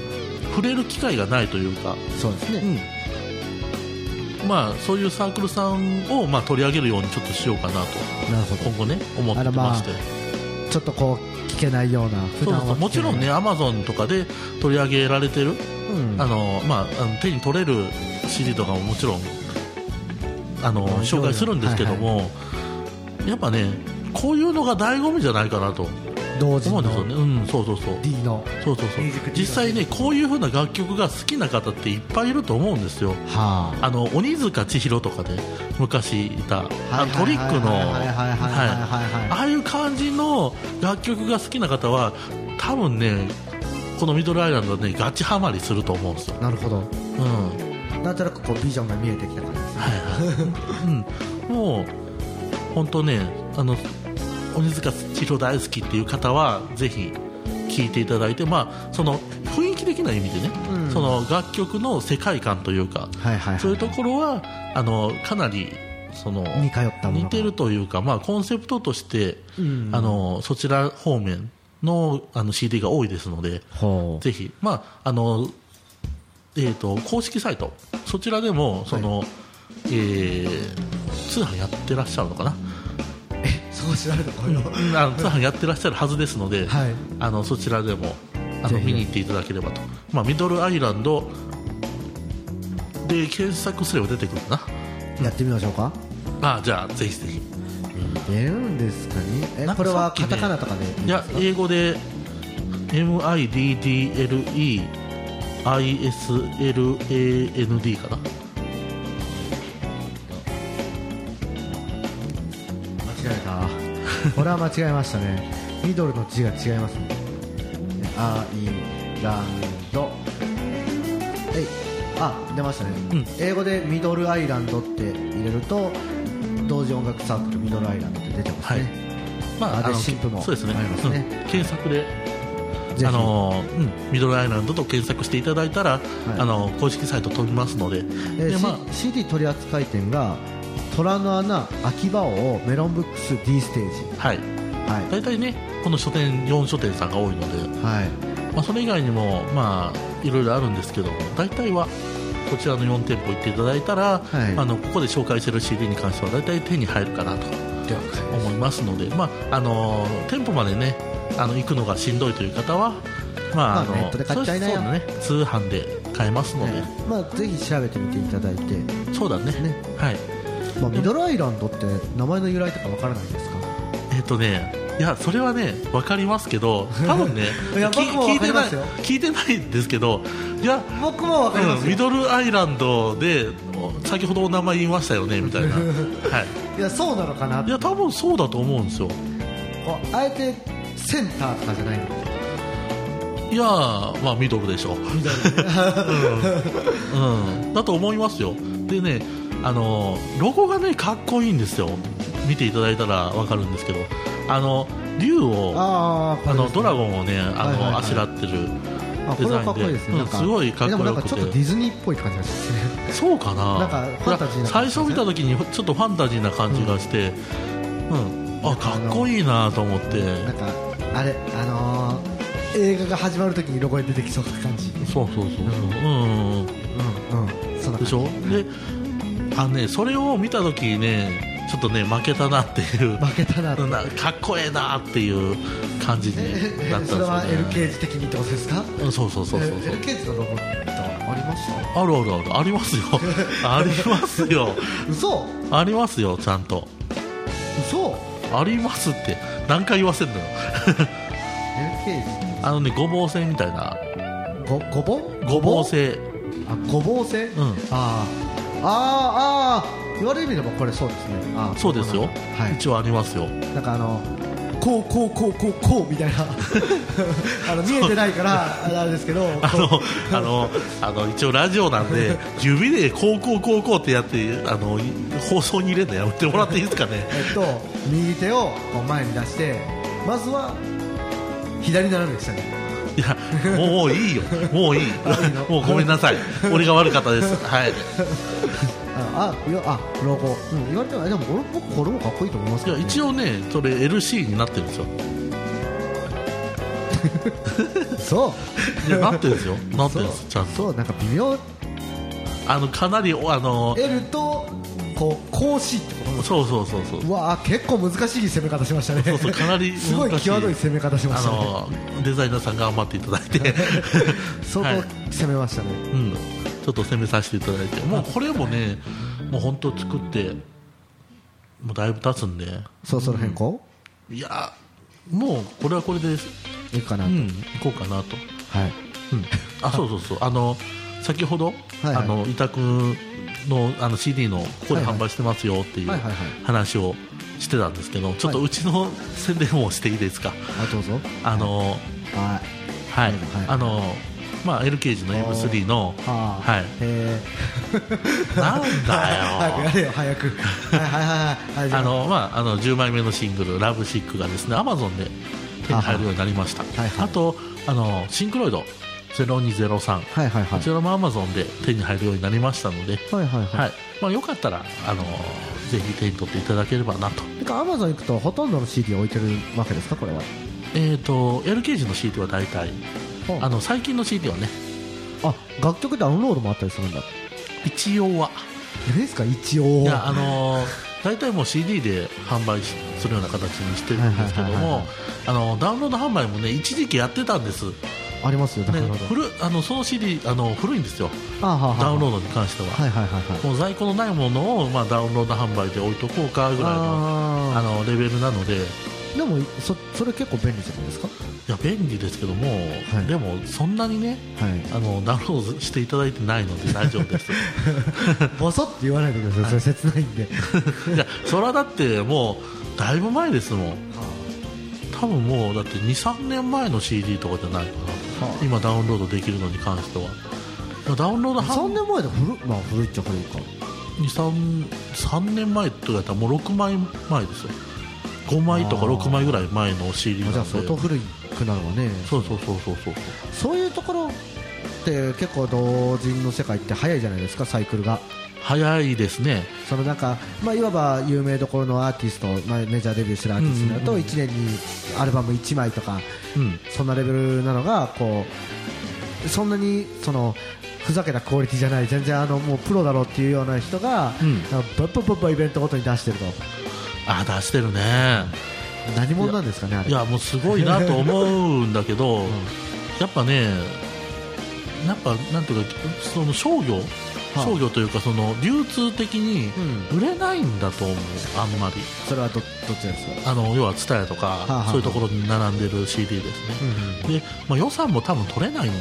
触れる機会がないというか
そうですね、
うんまあ、そういうサークルさんを、まあ、取り上げるようにちょっとしようかなと
なるほど
今後ね思ってまして、
ちょっとこう聞けないような普
そう
段
そう
は
もちろんね、アマゾンとかで取り上げられてる、
ん
あのまあ、あの手に取れる CD とかももちろんあの
うん
紹介するんですけども、やっぱね、こういうのが醍醐味じゃないかなと。
同時
思
の
うんですよね、うん、そうそうそう
D の
そうそうそう実際ねこういう風な楽曲が好きな方っていっぱいいると思うんですよ
は
あの鬼塚千尋とかで昔いたあの
は
ト
い
リ
は
ッ
い
クの
はいはいはいはいはいはい
はいああいう感じの楽曲が好きな方は多分ねこのミドルアイランドはねガチハマりすると思うんですよ
なるほど
うん
なんとなくこうビジョンが見えてきた感じですね
うん、もう本当ねあの鬼塚千尋大好きっていう方はぜひ聴いていただいて、まあ、その雰囲気的な意味でね、
うん
その楽曲の世界観というか、
はいはい
そういうところはあのかなりその
似通ったもの
似てるというか、まあ、コンセプトとして、
うん
あのそちら方面のあの CD が多いですので
ほ
ぜひ、まああのえー、と公式サイトそちらでもその、えー通販やってらっしゃるのかな
そう調べたこう いうの
うんあの通販やってらっしゃるはずですので、
はい
あのそちらでもあ
ぜ
の
ひ
見に行っていただければと、まあ、ミドルアイランドで検索すれば出てくるか
やってみましょうか
なあじゃあぜひぜひ
出るんですかねえこれはカタカナとかで
いや英語で MIDDLEISLAND かな
間違えた俺は間違えましたねミドルの字が違いますねえイランドえいあ出ましたね、英語でミドルアイランドって入れると同時音楽サークルミドルアイランドって出てますね、
まあ、
あ
あ
で
の
新婦も
そうですね
ありますね
うん検索で
ぜひ
あの、うんミドルアイランドと検索していただいたら、あの公式サイト飛びますので
え
で
ー
まあ
C- CD 取扱店が虎の穴秋葉王メロンブックス D ステージ
はい、
はい、
大体ねこの書店4書店さんが多いので、
はい
まあ、それ以外にも、まあ、いろいろあるんですけども大体はこちらの4店舗行っていただいたら、
はい
あのここで紹介してる CD に関しては大体手に入るかなと思いますので、まああの店舗までねあの行くのがしんどいという方は、ま
ま
あ
あ
あの
ネットで買っちゃいなよ
そうそうだね通販で買えますので、
まあ、ぜひ調べてみていただいて
そうだねはい
まあ、ミドルアイランドって名前の由来とかわからないですか
えっとねいやそれはね分かりますけ ど多分ね
いや
き
僕も
聞い
わか
て
りま
ない
すよ
聞いてないんですけどいや
僕もわかりますよ
ミドルアイランドでお先ほどお名前言いましたよねみ たいなはい
いやそうなのかない
や多分そうだと思うんですよ
こうあえてセンターとかじゃないの
いやーまあミドルでしょうん、うんだと思いますよでねあのーロゴがねかっこいいんですよ見ていただいたらわかるんですけどあの竜を
あーこれ
あ
ですね
のドラゴンをねあ
は
の、
いはいはい
あしらってる
あこ
デ
れ
ザ
は
イ
か
ン
っこいいですね、な
でうんん
か
すごいかっ
で
こ
もな
よ
んか
く
ち
て
ょっとディズニーっぽい感じがしますね
そうかな
なんかファンタジーな感
最
じ
初見た時にちょっとファンタジーな感じがして、うんあかっこいいなと思ってなん
かあれあのー映画が始まるときにロゴに出てきそうな感じ
そうそうそうそううんうん
そんな感じ
でしょであのねそれを見た時ねちょっとね負けたなっていう負
けたな
かっこええ なっていう感じになったんです
それ
よ
は
ね
L ケージ的にってことですか
うんそうそうそうそうそう
え L ケージのロゴってありました
あるあるあるあります よありますよ
嘘
ありますよちゃんと
嘘
ありますって何回言わ せんのよ
L ケージ
あのねごぼう星みたいな
ごごぼう
ごぼう星
あごぼう星うんあーあーあー言われる意味でもこれそうですねあー
そうですよ、一応ありますよ
なんかあのこうこうこうこうこうみたいな あの見えてないからあれあれですけど
あのあのあの一応ラジオなんで指でこうこうこうこうってやってあの放送に入れるのやめてもらっていいですかね
えっと右手をこう前に出してまずは左斜めでしたね
いやもういいよもういいもうごめんなさい俺が悪かったですはい
ああいやあロゴ、うん、言われてもでも俺僕これもかっこいいと思います
い
けど、
や
ね、
一応ねそれ LC になってるんですよ
そう
いやなってるんですよなってるんですちゃんと
そうなんか微妙
あのかなりおあの
L とこうこうしってこと
そうそうそうそう
うわあ結構難しい攻め方しましたね
そうそうかなり難しい
すごい際どい攻め方しま
あ
したね
のデザイナーさん頑張っていただいて
相当攻めましたね、
うん、ちょっと攻めさせていただいてもうこれもねもう本当作ってもうだいぶ経つんで
そろそろ変更、
いやもうこれはこれで
いくかな
うん行こうかなと
はい、
うん、あそうそうそうあの先ほど、
はいはい
あの委託のあの CD のここで販売してますよっていう
はいはいはい
話をしてたんですけどちょっとうちの宣伝をしていいですか
あどうぞ
あの
はい
はい、あのまあ L ケージの M3 の
あ
はい
え
なんだよ
早くやれよ早くはいはいはいはいはい
あのまあ、あの10枚目のシングル「ラブシックがですね Amazon で手に入るようになりましたあ,、とあのシンクロイド0203、
はいはいはい
こちらも Amazon で手に入るようになりましたので、
はいはいはい
まあ、よかったらあのぜひ手に取っていただければなと,、
てかアマゾン行くとほとんどの CD 置いてるわけですかこれは
えー、と LKG の CD は大体あの最近の CD はね
あ楽曲ダウンロードもあったりするんだ
一応は
何ですか一応
いやあのー大体もう CD で販売しするような形にしてるんですけど
はいはいはい
もあのダウンロード販売もね一時期やってたんです
ありますよダウ
ね
ンロード、
古あのその CD あの古いんですよ
あはあはあ
ダウンロードに関しては,、
はいはいはいはい
もう在庫のないものを、まあ、ダウンロード販売で置いとこうかぐらいのあのレベルなのでい
でもそそれ結構便利じゃないですか
や便利ですけども、でもそんなにね
はい
あのダウンロードしていただいてないので大丈夫です
ボソって言わないでください、それ 切ないんで
いやそれはだってもうだいぶ前ですもん多分もうだって23年前の CD とかじゃないかな、今ダウンロードできるのに関してはまあダウンロード
3年前で古いまあ古いっちゃ古いか
23年前とかやったらもう6枚前ですよ5枚とか6枚ぐらい前の CD なんで
じゃあ相当古くなるわね
そうそうそうそうそう
そういうところって結構同人の世界って早いじゃないですかサイクルが
早いですね
そのなんか、まあ、いわば有名どころのアーティスト、まあ、メジャーデビューしてるアーティストだ
うん
と
うんうん
1年にアルバム1枚とか、
うん
そんなレベルなのがこうそんなにそのふざけたクオリティじゃない全然あのもうプロだろうっていうような人が、なんかバッバッバッバイベントごとに出してると
あ出してるね
何者なんですかねあれ
いやもうすごいなと思うんだ けど、やっぱねやっぱなんていうかその商業、商業というかその流通的に売れないんだと思うあんまり
それはどどっちです
あの要は TSUTAYA とか、
あはあ
そういうところに並んでる CD ですね、で、まあ、予算も多分取れないん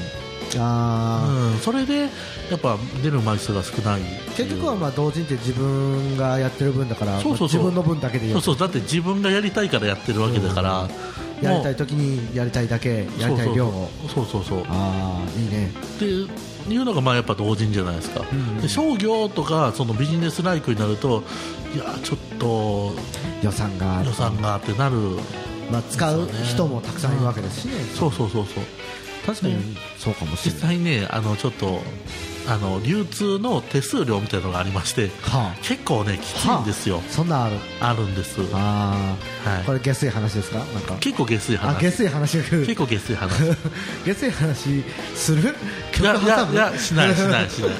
あ
うん、それでやっぱ出る枚数が少ない
結局はまあ同人って自分がやってる分だから
そうそうそう
まあ自分の分だけでいい
そうそうだって自分がやりたいからやってるわけだから、
やりたい時にやりたいだけやりたい量を
そうそうそう
ああいいね
っていうのがまあやっぱ同人じゃないですか、で商業とかそのビジネスライクになるといやちょっと
予算が
予算がってなる、
まあ、使う人もたくさんいるわけですしね
そうそうそうそう
確かにそうかもしれ
ない実際ねあのちょっとあの流通の手数料みたいなのがありまして、結構ねきついんですよ、
そんなある
あるんです
あ
あ、はい、
これ下水話ですかなんか
結構下水話
あ下水話結
構下水話
下水話する
いやいやいや
曲挟む
しないしないしない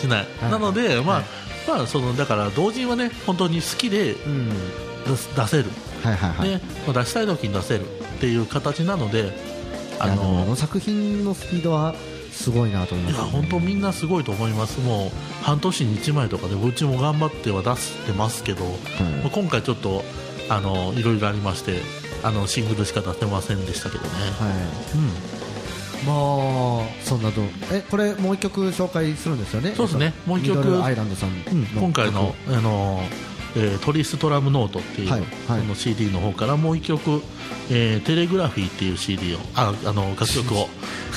しない、
はい
なので、まあまあそのだから同人はね本当に好きで
うん
出す出せる、
はいはいはい
でまあ出したい時に出せるっていう形なのであ
あの
の
あの作品のスピードはすごいなと思い
いや
ます
本当みんなすごいと思いますもう半年に1枚とかでうちも頑張っては出してますけど、まあ今回ちょっとあのいろいろありましてあのシングルしか出せませんでしたけどね、
はいまあそんなどえこれもう一曲紹介するんですよね
そうですねもう一曲
ミドルアイランドさんの
うん今回の
曲
あの、えートリストラムノート」っていう、
はいはい
この CD の方からもう1曲「えーテレグラフィー」っていう CD をああの楽曲 を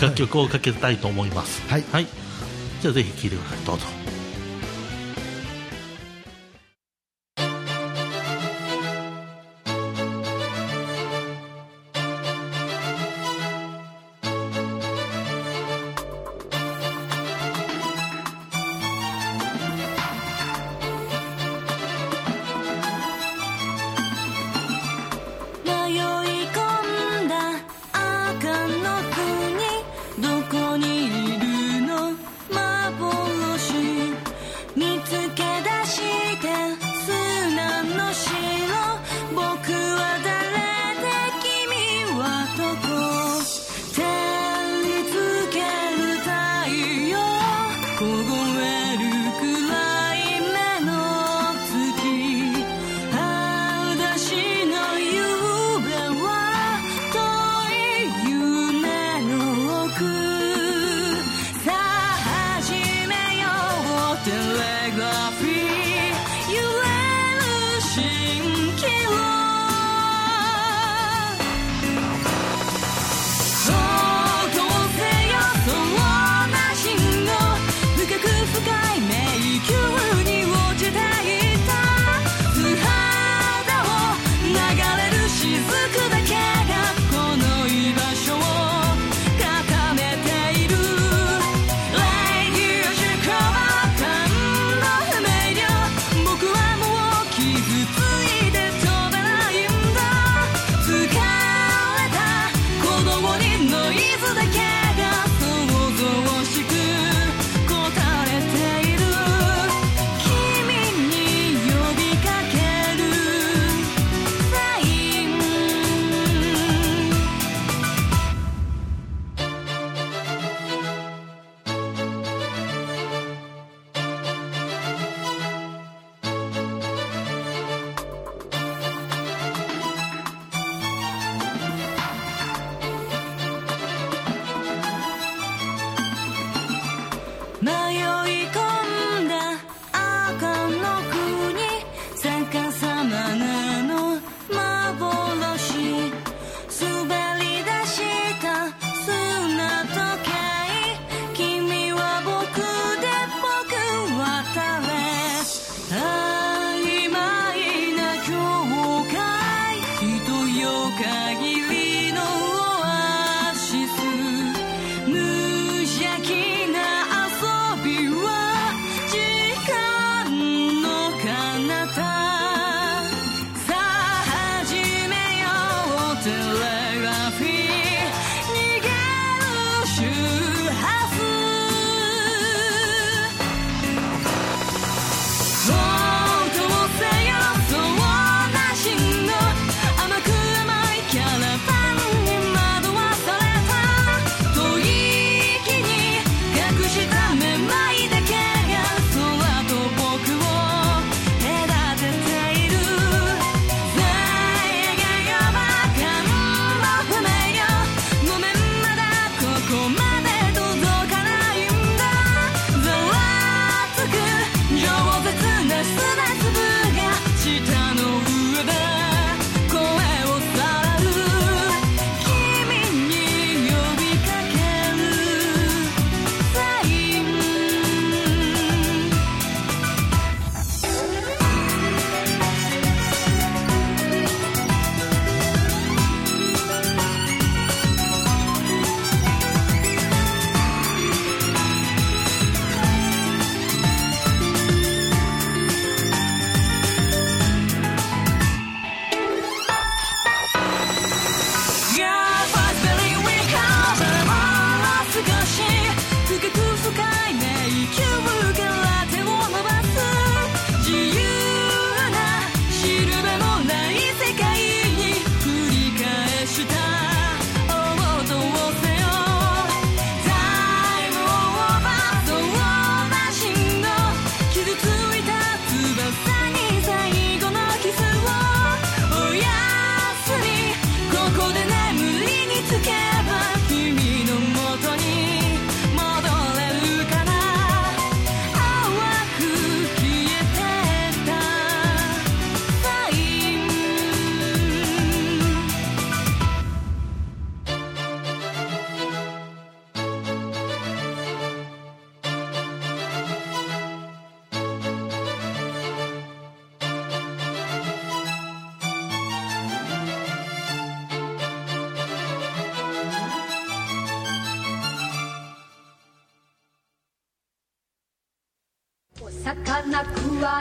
楽曲をかけたいと思います
はい、
じゃあぜひ聴いてくださいどうぞ
迷い込んだ赤の国どこにいるの幻見つけ出して砂の城僕は誰で君はどこ照りつける太陽凍えるくらい目の月「あだしの夢は遠い夢の奥」「さあ始めようテレグラフィー」「揺れる蜃気楼」「そうどうせよそうな信号」「深く深い迷宮に落ちていた」素肌を流れる雫だけがこの居場所を固めている Lady よしこは感動不明瞭僕はもう傷ついて飛べないんだ疲れた鼓動にノイズだけが想像しく答えている「君に呼びかける」「サイン」迷い込んだ赤の国逆さまなの幻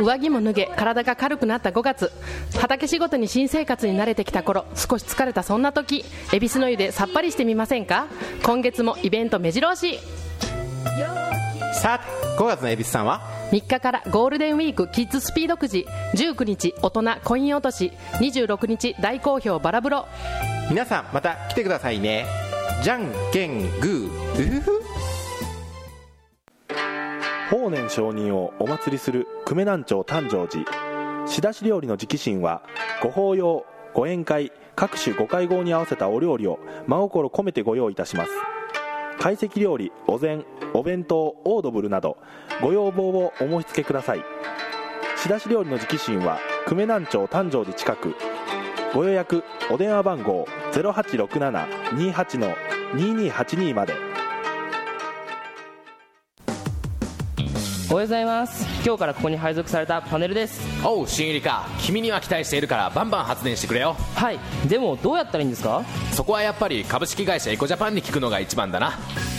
上着も脱げ体が軽くなった5月畑仕事に新生活に慣れてきた頃少し疲れたそんな時恵比寿の湯でさっぱりしてみませんか今月もイベント目白押し
さあ5月の恵比寿さんは
3日からゴールデンウィークキッズスピードくじ19日大人コイン落とし26日大好評バラブロ
皆さんまた来てくださいねじゃんけんグーうふふ
法然上人をお祭りする久米南町誕生寺仕出し料理の直進はご法要ご宴会各種ご会合に合わせたお料理を真心込めてご用意いたします懐石料理お膳お弁当オードブルなどご要望をお申し付けください仕出し料理の直進は久米南町誕生寺近くご予約お電話番号0867-28-2282まで
おはようございます今日からここに配属されたパネルです
おう新入りか君には期待しているからバンバン発電してくれよ
はいでもどうやったらいいんですか
そこはやっぱり株式会社エコジャパンに聞くのが一番だな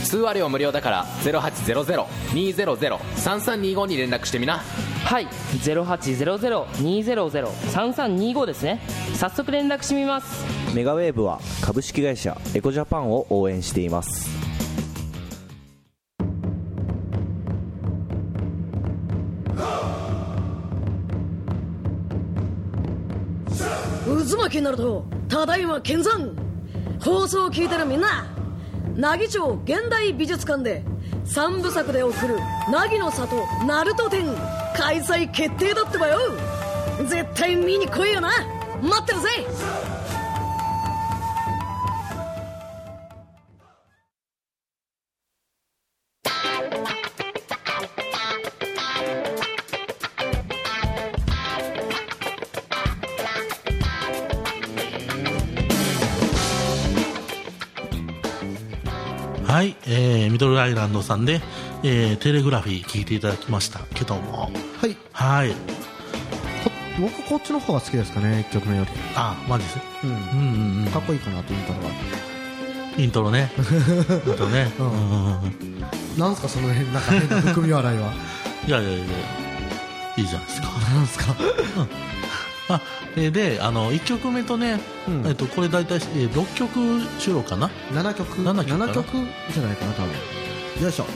通話料無料だから0800-200-3325に連絡してみな
はい0800-200-3325ですね早速連絡してみます
メガウェーブは株式会社エコジャパンを応援しています
渦巻きになるとただいま見参放送を聞いてるみんな奈義町現代美術館で三部作で送る「凪の里ナルト展」開催決定だってばよ絶対見に来いよな待ってるぜ
はい、えーミドルアイランドさんで、えーテレグラフィー聞いていただきましたけども
はい
はい
僕こっちの方が好きですかね1曲目より
あマジです
うん
うんうん
かっこいいかなと思ったのは
イントロ ねイントロね、うんうんうん
なんすかその辺なんか変な含み笑いは
いやいやいやいいじゃないですかなんすか、うんあえーであの1曲目とね、えっとこれ大体、えー、6曲収録かな
7曲
7曲かな
7曲じゃないかな多分よいしょ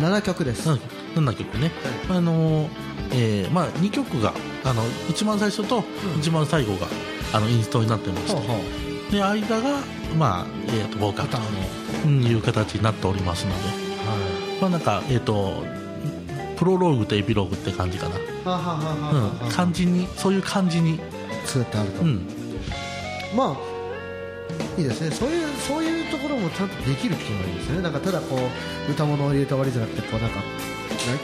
7曲です
7曲ね、あのーえーまあ、2曲があの一番最初と一番最後が、あのインストになってまして、で間が、まあえー、とボーカルと、うん、いう形になっておりますので、まあなんかえっ、とプロローグとエピローグって感じかな、
ははは
うん、感じにそういう感じに
作ってあると、
うん、
まあいいですねそういうそういうところもちゃんとできるっていうのがいいですねなんかただこう歌物を入れたわりじゃなくてこうなんか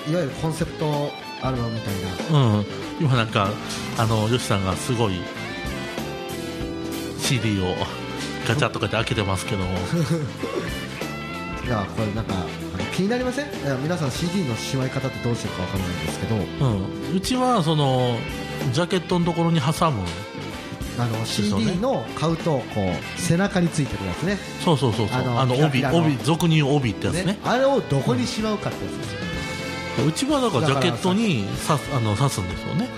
ないわゆるコンセプトアルバムみたいな
うん、今なんかあのよしさんがすごい CD をガチャッとかで開けてますけ ども
いやこれなんかあの気になりませんいや皆さん CD のしまい方ってどうしてるかわからないんですけど
うん、うちはそのジャケットのところに挟む
あの CD の買うとこう背中についてるやつね
そうそうそうそう
あ
あ
の
の
キラキ
帯
ラの
帯俗に言う帯ってやつね
ねあれをどこにしまうかってやつですよ
うちはだからジャケットに刺すあの刺すんですよね、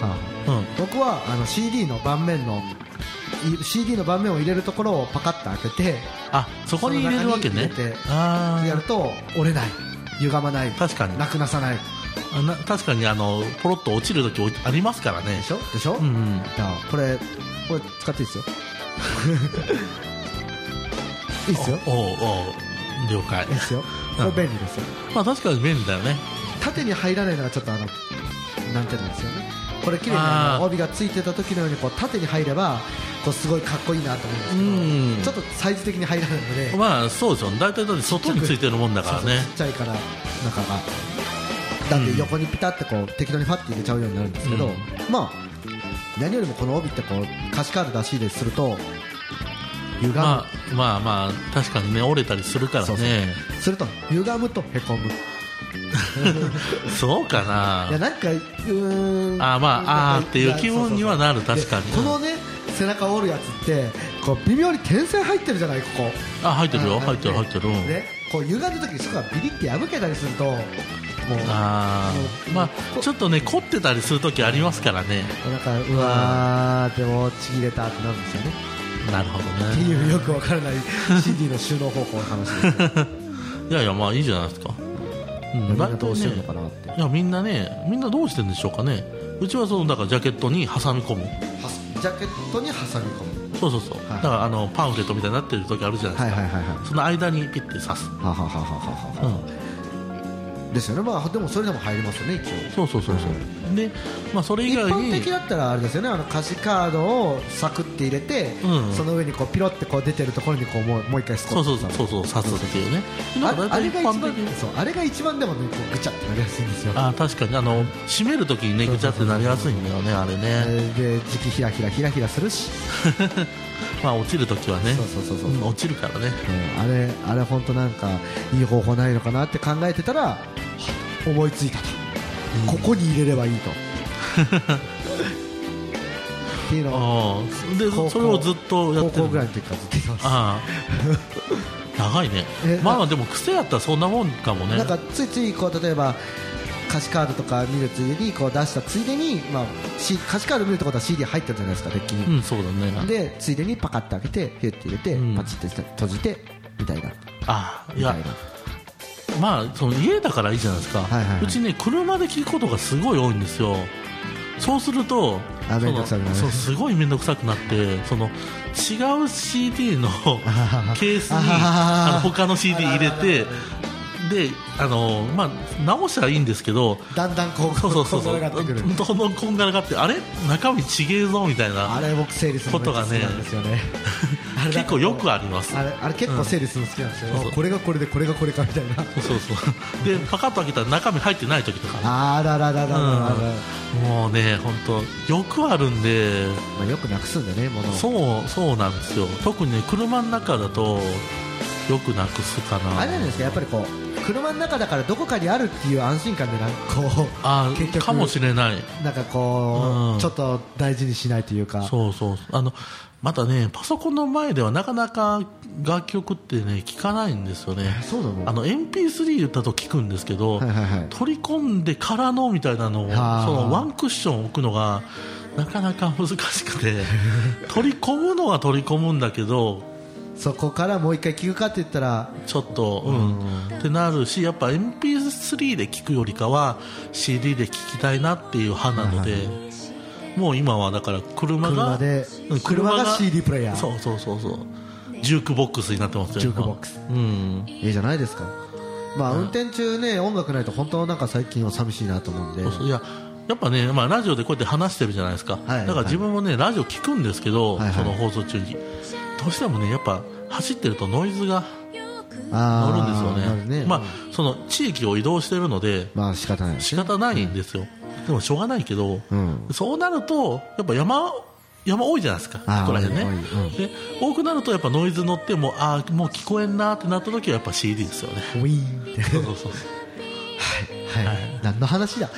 うん、
僕はあの CD の盤面のい CD の盤面を入れるところをパカッと開けて
あそこに入れるわけね
その中に入れて
あ
やると折れない歪まない
確かに
なくなさない
あな確かにあのポロッと落ちる時おありますからねでし
ょでしょ、
うんうん、
これこれ使っていいですよ いいっすよ
おおお了解
いいっすよこれ便利ですよ、
まあ確かに便利だよね
縦に入らないのがちょっとあのなんていうんですよねこれ綺麗にあの帯がついてた時のようにこう縦に入ればこうすごいかっこいいなと思うんですけど、ちょっとサイズ的に入らないので
まあそうですよね大体だって外についてるもんだから
そ
ね
うそうちっちゃいから中がだって横にピタってこう適当にファッて入れちゃうようになるんですけど、
うん
まあ何よりもこの帯ってこう歌詞カード出し入れすると歪む、
まあまあまあ確かにね折れたりするから
そ
ねそう
そ
う
うすると歪むとへこむ
かない
やなんかうーんな
あま
ん
あ
か
あーっていう気分にはなる確かに
このね背中折るやつってこう微妙に点線入ってるじゃないここ
あ入ってるよ
あ
入ってる入ってるうん
ねこう歪んだ時にそこがビリって破けたりすると
あーまあちょっとね凝ってたりする時ありますからね
なんかうわーでもちぎれたってなるんですよね
なるほど
って
ね
いうよくわからない CD の収納方法の話です
いやいやまあいいじゃないですか、うん、
みんなどうしてるのかなって
いやみんなねみんなどうしてるんでしょうかねうちはそのだからジャケットに挟み込む
ジャケットに挟み込む
そうそうそう、だからあのパンフレットみたいになってる時あるじゃないですか、その間にピッて刺す
はははははは、ですよねまあでもそれでも入りますよね一
応そうそうそうそう、で、まあ、それ以
一
外に
般的だったらあれですよねあの歌詞カードをサクって入れて、
うん
その上にこうピロってこう出てるところにこうもうもう一回スコ
そうそうそうそうそう刺すっていうね
あ
なんか
あ
大
れ
体
が
一
一
般
番そうあれが一番でもねこうぐちゃってなりやすいんですよ
あー確かにあの締める時にねぐちゃってなりやすいんだよねあれね
で時期ひらひらひらひらするし
まあ落ちる時はねうん落ちるからね
あれあれ本当なんかいい方法ないのかなって考えてたら思いついたと、ここに入れればいいとっていうの
ああで
高校
それをずっとやっ
高
て
校
る
ぐらいの時からずっとやってます
ああ長いね
え
まあまあでも癖やったらそんなもんかもね
なんかついついこう例えば歌詞カードとか見るついでにこう出したついでに、まあ、C- 歌詞カード見るってことは CD 入ってるじゃないですかデッキ
う
に、
んそうだね
でついでにパカッて開けてヒュッて入れて、パチッて閉じてみたいな
あいやまあその家だからいいじゃないですか、うちね車で聞くことがすごい多いんですよそうすると
あ
そ
面倒
の
くさくなる
そうすごい面倒くさくなってその違う CD のケースにあの他の CD 入れてであのまあ、直したらいいんですけど
だんだんこう
そうそうそうそ
こ
う
んがらがってくる
どんどんこんがらがってあれ中身ちげえぞみたいな
あれ僕整理する
こ
の
とがね
めっちゃ好きなんですよねあれだ
結構よくあります
あれあれ結構整理するの好きなんですよ、
うん
あこれがこれでこれがこれかみたいな
そうそうでパカッと開けたら中身入ってない時とか
あらららららら
うんもうね本当よくあるんで、
まあ、よくなくすんでねもの
そうそうなんですよ特にね車の中だとよくなくすかな
あれなんですかやっぱりこう車の中だからどこかにあるっていう安心感でなんかこう
あ
結局
かもしれない
なんかこう、
うん
ちょっと大事にしないというか
そうそうそうあのまたねパソコンの前ではなかなか楽曲ってね聞かないんですよね
そうなの
あの MP3 だと聞くんですけど、取り込んでからのみたいなのをそ
はあ
のワンクッション置くのがなかなか難しく て取り込むのは取り込むんだけど
そこからもう一回聞くかって言ったら
ちょっとうん、ってなるしやっぱ MP3 で聞くよりかは CD で聞きたいなっていう派なので、もう今はだから車
車
が
で
うん
車が CD プレイヤー
そうそうそうそうジュークボックスになってますよ
ジュークボックス
今うん
いいじゃないですかまあ運転中ね音楽ないと本当なんか最近は寂しいなと思うんで
そうそういややっぱね、まあ、ラジオでこうやって話してるじゃないですか、だから自分もねラジオ聞くんですけど、その放送中にどうしてもねやっぱ走ってるとノイズが乗るんですよ
な
ね
るね
まあ、その地域を移動してるので、
まあ仕方ない
仕方ないんですよ、でもしょうがないけど、そうなるとやっぱ山山多いじゃないですか、こ
あー
こら辺ね、
多い多い
で多くなるとやっぱノイズ乗ってもあーもう聞こえんなーってなった時はやっぱ CD ですよね
ウィーンって
そうそうそう
はい、何の話だ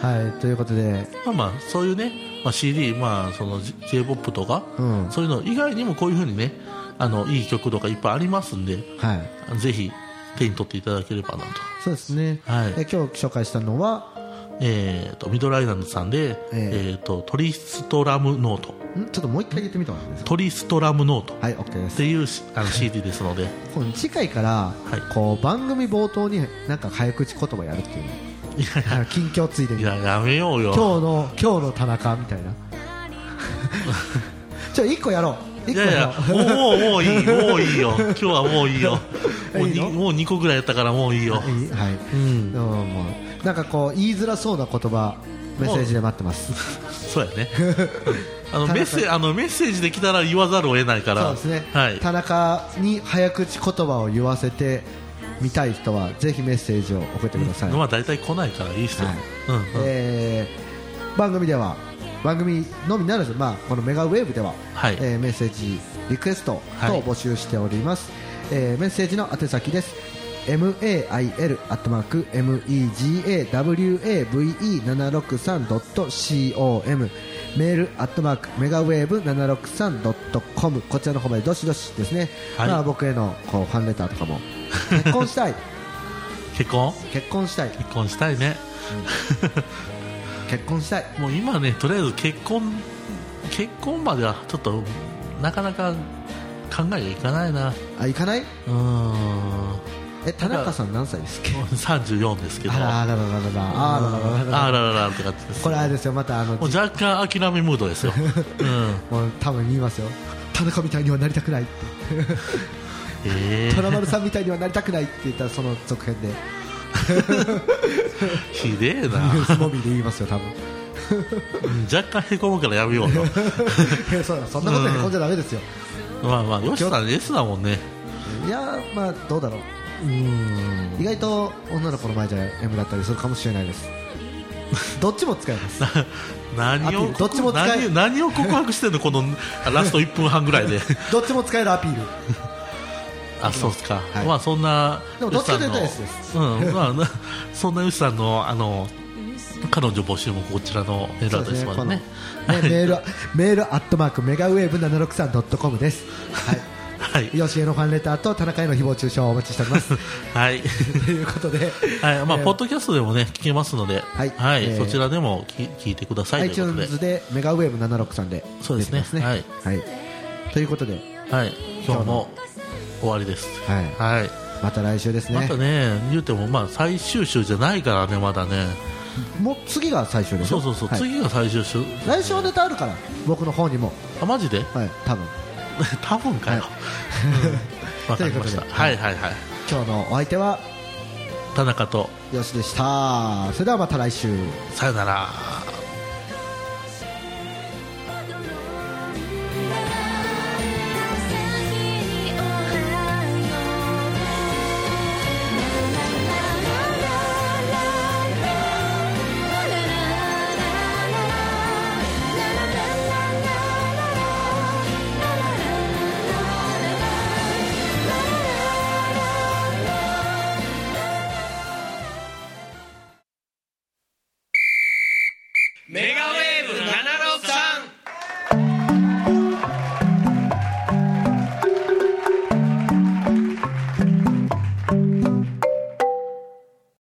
はいということで
まあまあそういうね、まあ、CD、まあ、その j p o p とか、
うん
そういうの以外にもこういうふうにねあのいい曲とかいっぱいありますんで、
はい
ぜひ手に取っていただければなと、
そうですね、
はい
え今日紹介したのは
えー、とミドルアイランドさんで、えーとトリストラムノート
んちょっともう一回言ってみた方がいいですか
トリストラムノート
で
っていうしあの CD です ので
この次回から、こう番組冒頭になんか早口言葉やるっていうあの近況ついでに
いややめようよ
今日の今日の田中みたいな ちょ一個やろう一
い
個や
やいや
ろう
もうもういいもういいよ今日はもういいよもうにもう2個ぐらいやったからもういいよ
はい、
うん
でももうなんかこう言いづらそうな言葉メッセージで待ってます
そうやねあの
田中
メッセあのメッセージできたら言わざるを得ないから
そうですね、
はい、
田中に早口言葉を言わせてみたい人はぜひメッセージを送ってください、
まあ大体来ないからいいっすよ、うんうん
えー番組では番組のみならず、まあ、このメガウェーブでは、えーメッセージリクエスト等
はい
募集しております、えーメッセージの宛先です mail.megawave763.com メールアットマークメガウェーブ 763.com こちらの方までどしどしですね、
はい
まあ、僕へのこうファンレターとかも結婚したい
結婚
結婚したい
結婚したいね、
結婚したい
もう今ねとりあえず結婚結婚まではちょっとなかなか考えがいかないな
あいかない
うん
え田中さん何歳ですか
34ですけど
あらあらららららあららららら
あららららって感じです
これあれですよまたあの
もう若干諦めムー ドですよ、うん、
もう多分言いますよ田中みたいにはなりたくないって
え
虎丸さんみたいにはなりたくないって言ったらその続編で
ー、ひでえな
ニュースモビーで言いますよ多 分
うん若干へこむからや めようよ
いやそうだそんなことへこんじゃダメですよ、
まあまあよしさん S だもんね
いやーまあどうだろう
うん
意外と女の子の前じゃ M だったりするかもしれないですどっちも使えます
何
アピー
を
ルどっちも使え
何何を告白してんのこのラスト1分半ぐ らいで
どっちも使えるアピール
あそうっすか、まあそんな
でもどっちかというと
よし
S で
さんのうんまあなそんなよしさんのあの彼女募集もこちらのメールアドレスまでね
このねメールはメールアットマークメガウェーブ7 6 3 c o m ですはい
はい
よしえのファンレターと田中への誹謗中傷をお待ちしております
はい
ということで、
はいまあ、
えー
ポッドキャストでもね聞けますので、はい
えー
そちらでもき聞いてくださいということで
iTunes でメガウェーブ763で
そうですね
出てま
は
はいい、ということで、
はい、今日も終わりです、
はい
はい、
また来週ですね
またね言うてもまあ最終週じゃないからねまだね
もう次が最終でし
そ
ょ
うそうそう、
はい
次が最終週
来週はネタあるから僕の方にも
あマジで
はい多分
多分かよ、うんわかりました
ということで
はいはいはい
今日のお相手は
田中と
よしでしたそれではまた来週
さよなら
メガウェ